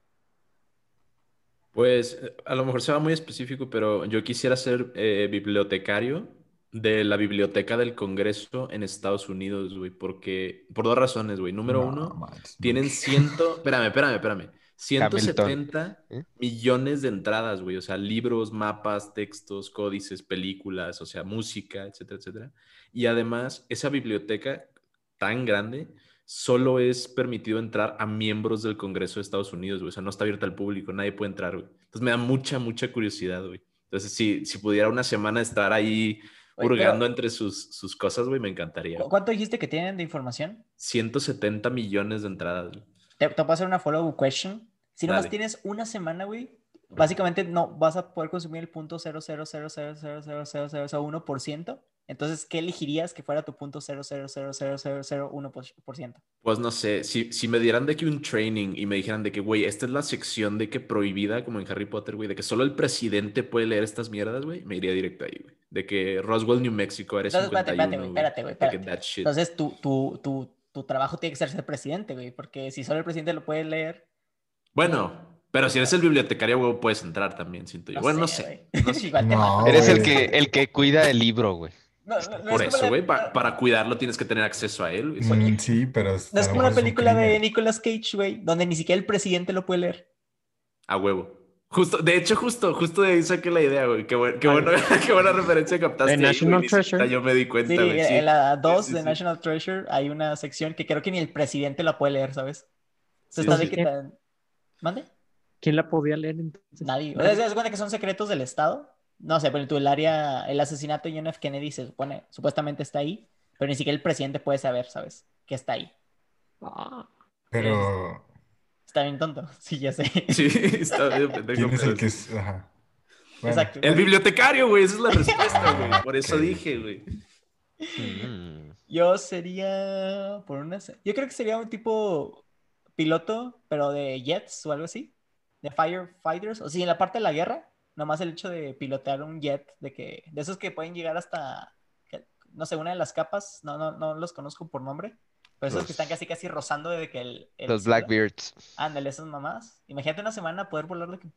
Speaker 3: Pues eh, a lo mejor se va muy específico, pero yo quisiera ser eh, bibliotecario de la Biblioteca del Congreso en Estados Unidos, güey, porque por dos razones, güey. Número
Speaker 4: No,
Speaker 3: uno,
Speaker 4: manches,
Speaker 3: tienen
Speaker 4: Mike.
Speaker 3: ciento, espérame, espérame, espérame, 170
Speaker 5: ¿Eh?
Speaker 3: millones de entradas, güey, o sea, libros, mapas, textos, códices, películas, o sea, música, etcétera, etcétera. Y además, esa biblioteca tan grande solo es permitido entrar a miembros del Congreso de Estados Unidos, güey, o sea, no está abierta al público, nadie puede entrar, güey. Entonces me da mucha, mucha curiosidad, güey. Entonces, si, si pudiera una semana estar ahí
Speaker 1: Oye,
Speaker 3: hurgando entre sus, sus cosas, güey, me encantaría.
Speaker 1: pero, ¿cu- ¿Cuánto dijiste que tienen de información?
Speaker 3: 170 millones de entradas, güey.
Speaker 1: Te, te puedo hacer una follow-up question. Si nomás
Speaker 3: Dale.
Speaker 1: tienes una semana, güey, básicamente no vas a poder consumir el punto 0.000000001%. Entonces, ¿qué elegirías que fuera tu punto 0.0000001%?
Speaker 3: Pues no sé, si, si me dieran de que un training y me dijeran de que, güey, esta es la sección de que prohibida, como en Harry Potter, güey, de que solo el presidente puede leer estas mierdas, güey, me iría directo ahí, güey. De que Roswell, New Mexico, eres
Speaker 1: Entonces, espérate,
Speaker 3: 51,
Speaker 1: espérate, güey,
Speaker 3: güey.
Speaker 1: espérate, güey,
Speaker 3: De que
Speaker 1: espérate.
Speaker 3: that shit.
Speaker 1: Entonces, tu, tu, tu, tu trabajo tiene que ser ser presidente, güey, porque si solo el presidente lo puede leer. eh,
Speaker 3: Bueno, pero si eres el bibliotecario, güey, puedes entrar también, siento yo. bueno, no sé.
Speaker 1: güey.
Speaker 3: no sé.
Speaker 1: Igual te
Speaker 4: No,
Speaker 1: mata.
Speaker 5: Eres el
Speaker 4: güey.
Speaker 5: que, el que cuida el libro, güey.
Speaker 1: No, no, no es
Speaker 3: Por
Speaker 1: como
Speaker 3: eso,
Speaker 1: la-
Speaker 3: güey, pa- para cuidarlo tienes que tener acceso a él, güey.
Speaker 4: Mm, sí, pero
Speaker 1: No es
Speaker 4: a lo
Speaker 1: como la
Speaker 4: mejor un
Speaker 1: película de
Speaker 4: crimen.
Speaker 1: Nicolas Cage, güey, donde ni siquiera el presidente lo puede leer.
Speaker 3: A huevo. Justo, de hecho, justo, justo de ahí saqué la idea, güey. Qué, buen- qué, bueno, qué buena referencia captaste. ahí,
Speaker 2: De
Speaker 3: güey.
Speaker 2: National
Speaker 3: Ni siquiera
Speaker 2: Treasure.
Speaker 3: Yo me di
Speaker 1: Sí,
Speaker 3: cuenta, güey. sí.
Speaker 1: en la 2
Speaker 3: sí,
Speaker 1: de
Speaker 3: sí.
Speaker 1: National Treasure hay una sección que creo que ni el presidente la puede leer, ¿sabes?
Speaker 3: Sí,
Speaker 1: Entonces, está
Speaker 3: sí.
Speaker 1: de que tan- ¿Mande?
Speaker 2: ¿Quién la podía leer entonces?
Speaker 1: Nadie. O sea, se das cuenta que son secretos del Estado. No sé, pero tú el área, el asesinato de John F. Kennedy se supone, supuestamente está ahí, pero ni siquiera el presidente puede saber, ¿sabes? Que está ahí.
Speaker 2: Ah,
Speaker 4: Pero,
Speaker 1: Está bien tonto, sí, ya sé.
Speaker 3: Sí, está medio pendejo,
Speaker 4: ¿quién es
Speaker 3: pero
Speaker 4: el que
Speaker 3: sí.
Speaker 4: es? Ajá. Bueno,
Speaker 1: Exacto.
Speaker 3: El bibliotecario, güey, esa es la respuesta, güey. Por eso
Speaker 4: Ok.
Speaker 3: dije, güey.
Speaker 5: Mm.
Speaker 1: Yo sería por una. se- Yo creo que sería un tipo piloto, pero de jets o algo así. De firefighters. O sea, en la parte de la guerra, nomás el hecho de pilotear un jet, de que. De esos que pueden llegar hasta. que- No sé, una de las capas. No, no, no los conozco por nombre. Pero esos que
Speaker 5: Los-
Speaker 1: están casi casi rozando de que el. el
Speaker 5: Los
Speaker 1: cielo.
Speaker 5: Blackbeards.
Speaker 1: Ándale, esas mamás. Imagínate una semana poder volar lo que.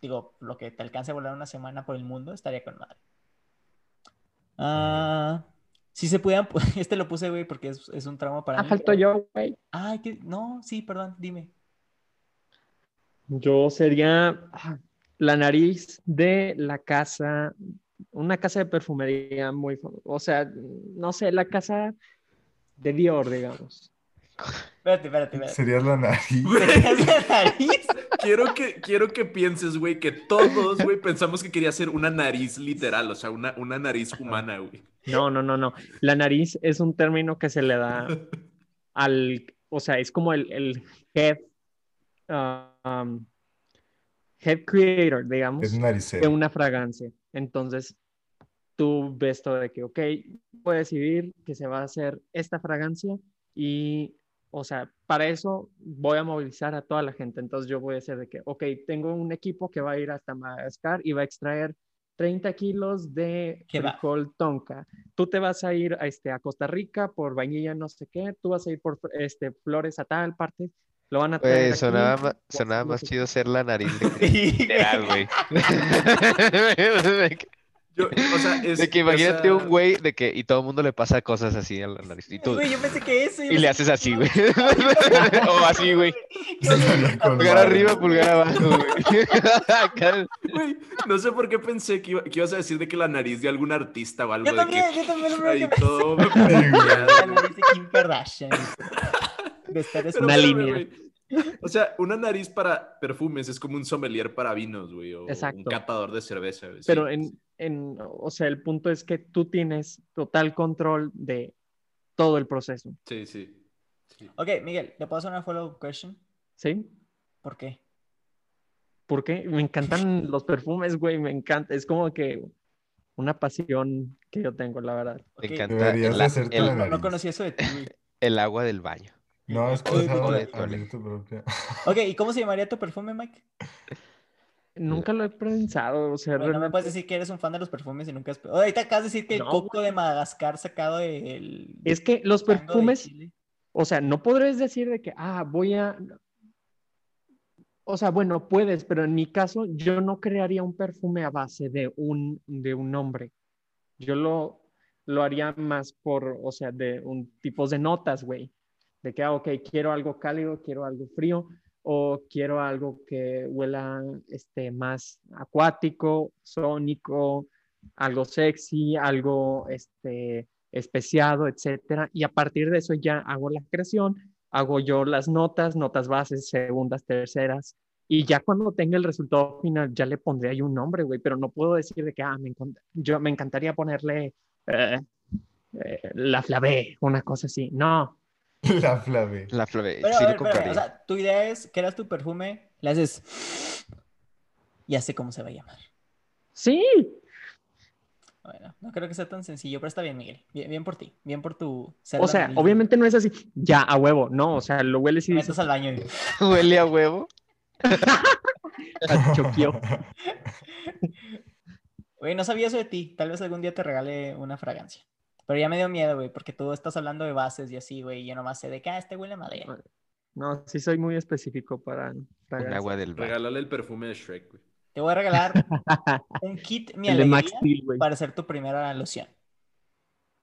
Speaker 1: Digo, lo que te alcance a volar una semana por el mundo estaría con madre. Ah, si se pudieran. pu- Este lo puse, güey, porque es, es un trauma para mí.
Speaker 2: Ah, faltó yo, güey.
Speaker 1: Ay, que- no, sí, perdón, dime.
Speaker 2: Yo sería ah, la nariz de la casa, una casa de perfumería muy, fam- o sea, no sé, la casa de Dior, digamos.
Speaker 1: Espérate, espérate, espérate.
Speaker 4: sería la nariz.
Speaker 1: ¿Tenías la nariz?
Speaker 3: Quiero que, quiero que pienses, güey, que todos, güey, pensamos que quería ser una nariz literal, o sea, una, una nariz humana, güey.
Speaker 2: No, no, no, no. La nariz es un término que se le da al, o sea, es como el, el head, ah, um, head creator, digamos.
Speaker 4: Es naricero.
Speaker 2: de una fragancia. Entonces, tú ves todo de que, ok, voy a decidir que se va a hacer esta fragancia y, o sea, para eso voy a movilizar a toda la gente. Entonces, yo voy a hacer de que, ok, tengo un equipo que va a ir hasta Madagascar y va a extraer 30 kilos de
Speaker 1: Qué va.
Speaker 2: frijol tonka. Tú te vas a ir a, este, a Costa Rica por vainilla no sé qué, tú vas a ir por este, flores a tal parte, lo van a traer
Speaker 5: Güey,
Speaker 2: aquí,
Speaker 5: sonaba, ma-
Speaker 2: vas a
Speaker 5: sonaba más
Speaker 2: hacer no sé
Speaker 5: chido ser la nariz de Cristo,
Speaker 1: Sí, güey.
Speaker 5: literal, güey. De que-
Speaker 3: Yo, o sea, es,
Speaker 5: de que imagínate
Speaker 3: esa-
Speaker 5: un güey de que y todo el mundo le pasa cosas así a la nariz. Y tú,
Speaker 1: Güey, yo pensé que eso. yo
Speaker 5: y
Speaker 1: pensé
Speaker 5: le haces así, güey.
Speaker 1: que-
Speaker 5: o así, güey.
Speaker 4: Estaría con
Speaker 5: Pulgar
Speaker 4: madre.
Speaker 5: arriba, pulgar abajo, güey. Acá-
Speaker 3: Güey, no sé por qué pensé que, iba- que ibas a decir de que la nariz de algún artista o algo
Speaker 1: Yo
Speaker 3: de
Speaker 1: también,
Speaker 3: que...
Speaker 1: yo también lo
Speaker 3: Ahí
Speaker 1: primero que
Speaker 3: todo me
Speaker 1: pensé. La nariz de Kim Kardashian. De estar
Speaker 3: Pero
Speaker 1: escuchando.
Speaker 2: Una
Speaker 3: espérame,
Speaker 2: línea.
Speaker 3: güey. O sea, una nariz para perfumes es como un sommelier para vinos, güey, o un
Speaker 2: Exacto.
Speaker 3: catador de cerveza. güey, sí.
Speaker 2: Pero en, en, o sea, el punto es que tú tienes total control de todo el proceso,
Speaker 3: Sí, sí. Sí.
Speaker 1: Ok, Miguel, ¿te puedo hacer una follow-up question?
Speaker 2: ¿sí?
Speaker 1: ¿Por qué?
Speaker 2: Porque me encantan los perfumes, güey, me encanta, es como que una pasión que yo tengo, la verdad.
Speaker 1: Ok,
Speaker 5: Me encanta
Speaker 4: Deberías
Speaker 5: el,
Speaker 4: de
Speaker 5: a-
Speaker 4: hacerte
Speaker 5: el-
Speaker 4: la
Speaker 1: No, no
Speaker 4: nariz.
Speaker 1: conocí eso de ti. güey.
Speaker 5: el agua del baño.
Speaker 4: No, es
Speaker 1: Oye,
Speaker 4: cosa
Speaker 5: ole,
Speaker 4: de
Speaker 5: ole.
Speaker 4: abrir tu propia.
Speaker 1: Ok, ¿y cómo se llamaría tu perfume, Mike?
Speaker 2: Nunca lo he pensado, o sea,
Speaker 1: Bueno, no me
Speaker 2: realmente-
Speaker 1: puedes decir que eres un fan de los perfumes y nunca has... Oh, Ahorita acabas de decir que el
Speaker 2: No,
Speaker 1: coco de Madagascar sacado del...
Speaker 2: es que los
Speaker 1: del mango de
Speaker 2: perfumes,
Speaker 1: Chile.
Speaker 2: o sea, no podrías decir de que, ah, voy a... O sea, bueno, puedes, pero en mi caso yo no crearía un perfume a base de un, de un nombre. Yo lo, lo haría más por, o sea, de un tipos de notas, güey. De que, ah, ok, quiero algo cálido, quiero algo frío, o quiero algo que huela este, más acuático, sónico, algo sexy, algo este, especiado, etcétera. Y a partir de eso ya hago la creación, hago yo las notas, notas bases, segundas, terceras. Y ya cuando tenga el resultado final, ya le pondré ahí un nombre, güey, pero no puedo decir de que, ah, me, encont- yo, me encantaría ponerle eh, eh, la flavé, una cosa así. No,
Speaker 4: La flavé.
Speaker 5: La eh, flave,
Speaker 1: Pero, a
Speaker 5: sí lo
Speaker 1: ver, pero,
Speaker 5: compraría.
Speaker 1: o sea, tu idea es que eras tu perfume, le haces... Ya sé cómo se va a llamar.
Speaker 2: Sí.
Speaker 1: Bueno, no creo que sea tan sencillo, pero está bien, Miguel. Bien, bien por ti. Bien por tu.
Speaker 2: O sea, obviamente no es así. Ya, a huevo. No, o sea, lo hueles y
Speaker 1: Me
Speaker 2: dices,
Speaker 1: metes al baño y.
Speaker 5: Huele a huevo.
Speaker 2: "Ah, choqueó".
Speaker 1: Güey, no sabía eso de ti. Tal vez algún día te regale una fragancia. Pero ya me dio miedo, güey, porque tú estás hablando de bases y así, güey. Y yo nomás sé de que ah, este huele a madera.
Speaker 2: No, sí soy muy específico para...
Speaker 5: Un
Speaker 2: para-
Speaker 5: agua del bar.
Speaker 3: Regálale el perfume de Shrek, güey.
Speaker 1: Te voy a regalar un kit mi
Speaker 2: El de Max
Speaker 1: alegría
Speaker 2: Steel, güey.
Speaker 1: para hacer tu primera loción.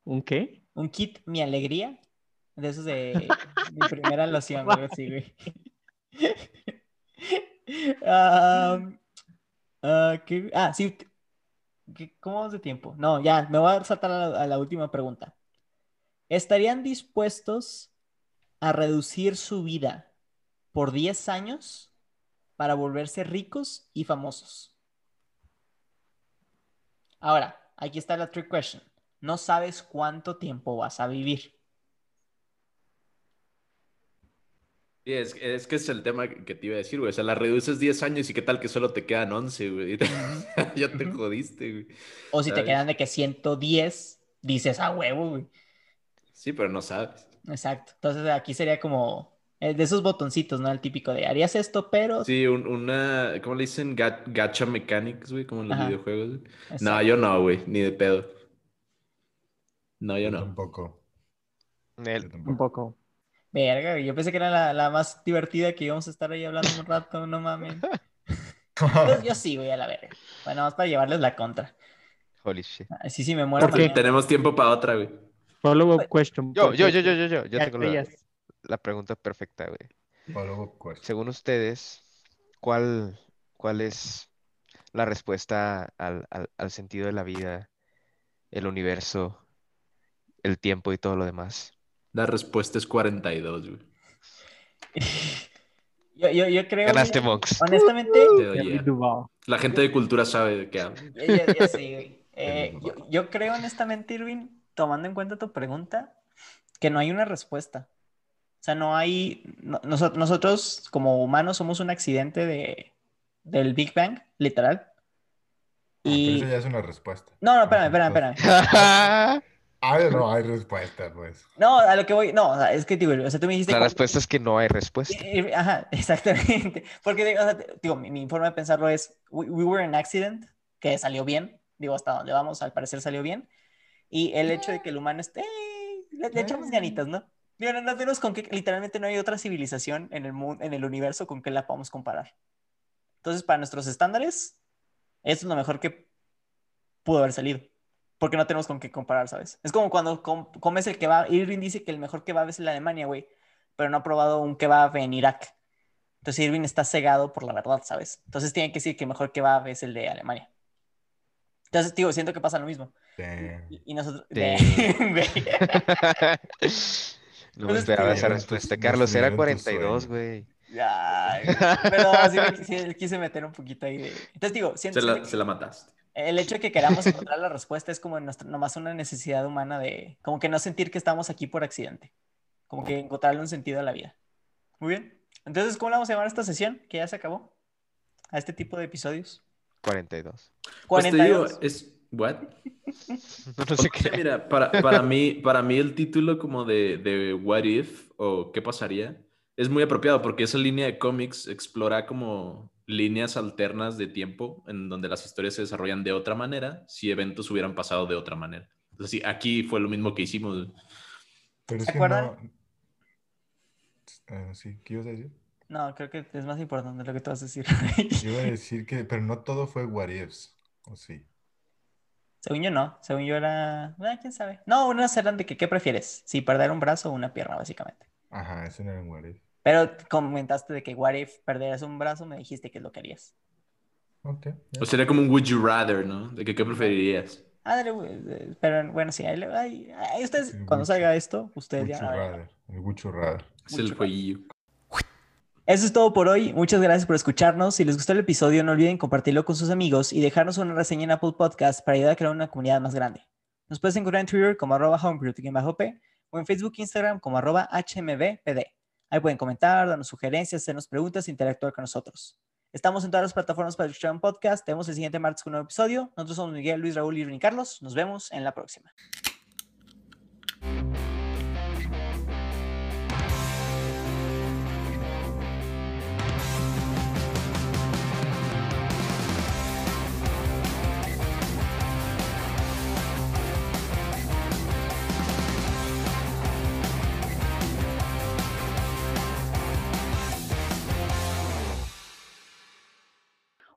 Speaker 2: ¿Un qué?
Speaker 1: Un kit mi alegría. De esos de mi primera loción, güey. Sí, güey. Am, ah, ¿qué? Ah, sí. ¿Qué- ¿Cómo vamos de tiempo? No, ya, me voy a saltar a la, a la última pregunta. ¿Estarían dispuestos a reducir su vida por 10 años para volverse ricos y famosos? Ahora, aquí está la trick question. No sabes cuánto tiempo vas a vivir.
Speaker 3: Sí, es, es que ese es el tema que que te iba a decir, güey. O sea, la reduces 10 años y qué tal que solo te quedan 11, güey. ya te
Speaker 1: Ujú.
Speaker 3: jodiste, güey.
Speaker 1: O si te
Speaker 3: ¿Sabes?
Speaker 1: quedan de que 110, dices a huevo, güey.
Speaker 3: Sí, pero no sabes.
Speaker 1: Exacto. Entonces aquí sería como eh, de esos botoncitos, ¿no? El típico de harías esto, pero.
Speaker 3: Sí, un- una, ¿cómo le dicen? Ga- Gacha mechanics, güey, como en los
Speaker 1: Ajá.
Speaker 3: videojuegos. güey. No,
Speaker 1: Exacto.
Speaker 3: yo no, güey, ni de pedo. No, yo
Speaker 4: Yo
Speaker 3: no.
Speaker 4: tampoco.
Speaker 5: Nel.
Speaker 4: Yo
Speaker 2: Un
Speaker 4: tampoco.
Speaker 2: poco.
Speaker 1: Verga, güey, yo pensé que era la, la más divertida que íbamos a estar ahí hablando un rato, no mames. Pues yo sí, güey, a la verga. Bueno, vamos para llevarles la contra.
Speaker 5: Holy shit.
Speaker 1: Ah, Sí, sí, me muero.
Speaker 2: ¿Por qué?
Speaker 1: mañana.
Speaker 3: Tenemos tiempo para otra, güey.
Speaker 2: Follow-up question.
Speaker 5: Yo,
Speaker 2: porque
Speaker 5: yo, yo, yo, yo, yo. Yo
Speaker 2: ya
Speaker 5: tengo la,
Speaker 2: ellas-
Speaker 5: la pregunta perfecta, güey.
Speaker 4: Follow-up question.
Speaker 5: Según ustedes, ¿cuál, cuál es la respuesta al, al- al sentido de la vida, el universo, el tiempo y todo lo demás?
Speaker 3: La respuesta es 42, güey.
Speaker 1: Yo, yo, yo creo.
Speaker 5: Ganaste,
Speaker 1: mira,
Speaker 5: Monks.
Speaker 1: Honestamente,
Speaker 3: Te doy,
Speaker 2: Henry
Speaker 3: yeah.
Speaker 2: Duval.
Speaker 3: La gente de cultura sabe de qué hablo.
Speaker 1: Ya, ya, ya sé, güey. Eh,
Speaker 4: Tienes
Speaker 1: yo,
Speaker 4: razón.
Speaker 1: yo creo honestamente, Irving, tomando en cuenta tu pregunta, que no hay una respuesta. O sea, no hay... no- noso- nosotros como humanos somos un accidente de, del Big Bang, literal.
Speaker 4: Ah, Pero
Speaker 1: Y...
Speaker 4: eso ya Ah, pues. es una respuesta.
Speaker 1: No, no, espérame, espérame, espérame.
Speaker 5: La
Speaker 4: Ah, no hay respuesta, pues.
Speaker 1: No, a lo que voy... No, o sea, es que, digo, o sea, tú me dijiste... cuánto-
Speaker 5: respuesta es que no hay respuesta.
Speaker 1: Eh, eh, Ajá, exactamente. Porque, digo, o sea, te- digo, mi, mi forma de pensarlo es, we, we were an accident, que salió bien, digo, hasta donde vamos, al parecer salió bien, y el hecho de que el humano esté, ¡eh! le, le echamos ganitas, ¿no? Digo, no, no tenemos con que, literalmente no hay otra civilización en el mundo, en el universo con que la podamos comparar. Entonces, para nuestros estándares, esto es lo mejor que pudo haber salido. Porque no tenemos con qué comparar, ¿sabes? Es como cuando com- comes el kebab. Irving dice que el mejor kebab es el de Alemania, güey pero no ha probado un kebab en Irak. Entonces Irving está cegado por la verdad, ¿sabes? Entonces tiene que decir que el mejor kebab es el de Alemania. Entonces, digo, siento que pasa lo mismo.
Speaker 4: Damn.
Speaker 1: Y, y nosotros...
Speaker 5: Sí.
Speaker 1: Güey.
Speaker 5: No
Speaker 1: Pues
Speaker 5: me
Speaker 1: es que-
Speaker 5: esperaba esa
Speaker 4: Destruyeron tus-
Speaker 5: respuesta. Carlos, era
Speaker 4: destruyeron tus
Speaker 5: 42,
Speaker 4: sueños.
Speaker 5: güey.
Speaker 1: Ay, Perdón, sí me quise, quise meter un poquito ahí de... Entonces digo, siento,
Speaker 3: Se la,
Speaker 1: siento
Speaker 3: se la mataste.
Speaker 1: que el hecho de que queramos encontrar la respuesta es como nuestra, nomás una necesidad humana de... Como que no sentir que estamos aquí por accidente. Como que encontrarle un sentido a la vida. Muy bien. Entonces, ¿cómo le vamos a llamar a esta sesión? Que ya se acabó. A este tipo de episodios.
Speaker 5: 42.
Speaker 3: Pues te digo,
Speaker 1: 42.
Speaker 3: es... ¿What?
Speaker 5: No sé
Speaker 3: Pues no sé,
Speaker 5: qué.
Speaker 3: mira, para, para, mí, para mí el título como de, de What If o ¿Qué pasaría? es muy apropiado porque esa línea de cómics explora como líneas alternas de tiempo en donde las historias se desarrollan de otra manera si eventos hubieran pasado de otra manera. Entonces, sí, aquí fue lo mismo que hicimos.
Speaker 4: Pero es
Speaker 1: ¿Se
Speaker 4: que
Speaker 1: acuerdan?
Speaker 4: no. Eh, sí, ¿qué ibas a decir?
Speaker 1: No, creo que es más importante lo que tú vas a decir.
Speaker 4: Yo iba a decir que, pero no todo fue what ifs, ¿o sí?
Speaker 1: Según yo no, según yo era, ah, quién sabe. No, una eran de que qué prefieres, si perder un brazo o una pierna básicamente.
Speaker 4: Ajá, eso no era un what if.
Speaker 1: Pero comentaste de que what if perderas un brazo, me dijiste que es lo que harías.
Speaker 4: Ok, ya.
Speaker 3: O sería como un Would You Rather, ¿no? De que, ¿qué preferirías?
Speaker 1: Ándale, güey, eh, pero bueno, sí, ahí, le- ahí- ahí ustedes,
Speaker 4: Sí,
Speaker 1: cuando
Speaker 4: mucho.
Speaker 1: salga esto, ustedes ya...
Speaker 4: Mucho radar, el mucho radar.
Speaker 3: Es
Speaker 1: Would
Speaker 3: el
Speaker 1: you rather.
Speaker 3: jueguillo.
Speaker 1: Eso es todo por hoy. Muchas gracias por escucharnos. Si les gustó el episodio, no olviden compartirlo con sus amigos y dejarnos una reseña en Apple Podcast para ayudar a crear una comunidad más grande. Nos puedes encontrar en Twitter como arroba homebrew-p o en Facebook e Instagram como arroba hmbpd. Ahí pueden comentar, darnos sugerencias, hacernos preguntas e interactuar con nosotros. Estamos en todas las plataformas para escuchar un podcast. Te vemos el siguiente martes con un nuevo episodio. Nosotros somos Miguel, Luis, Raúl y Rini Carlos. Nos vemos en la próxima.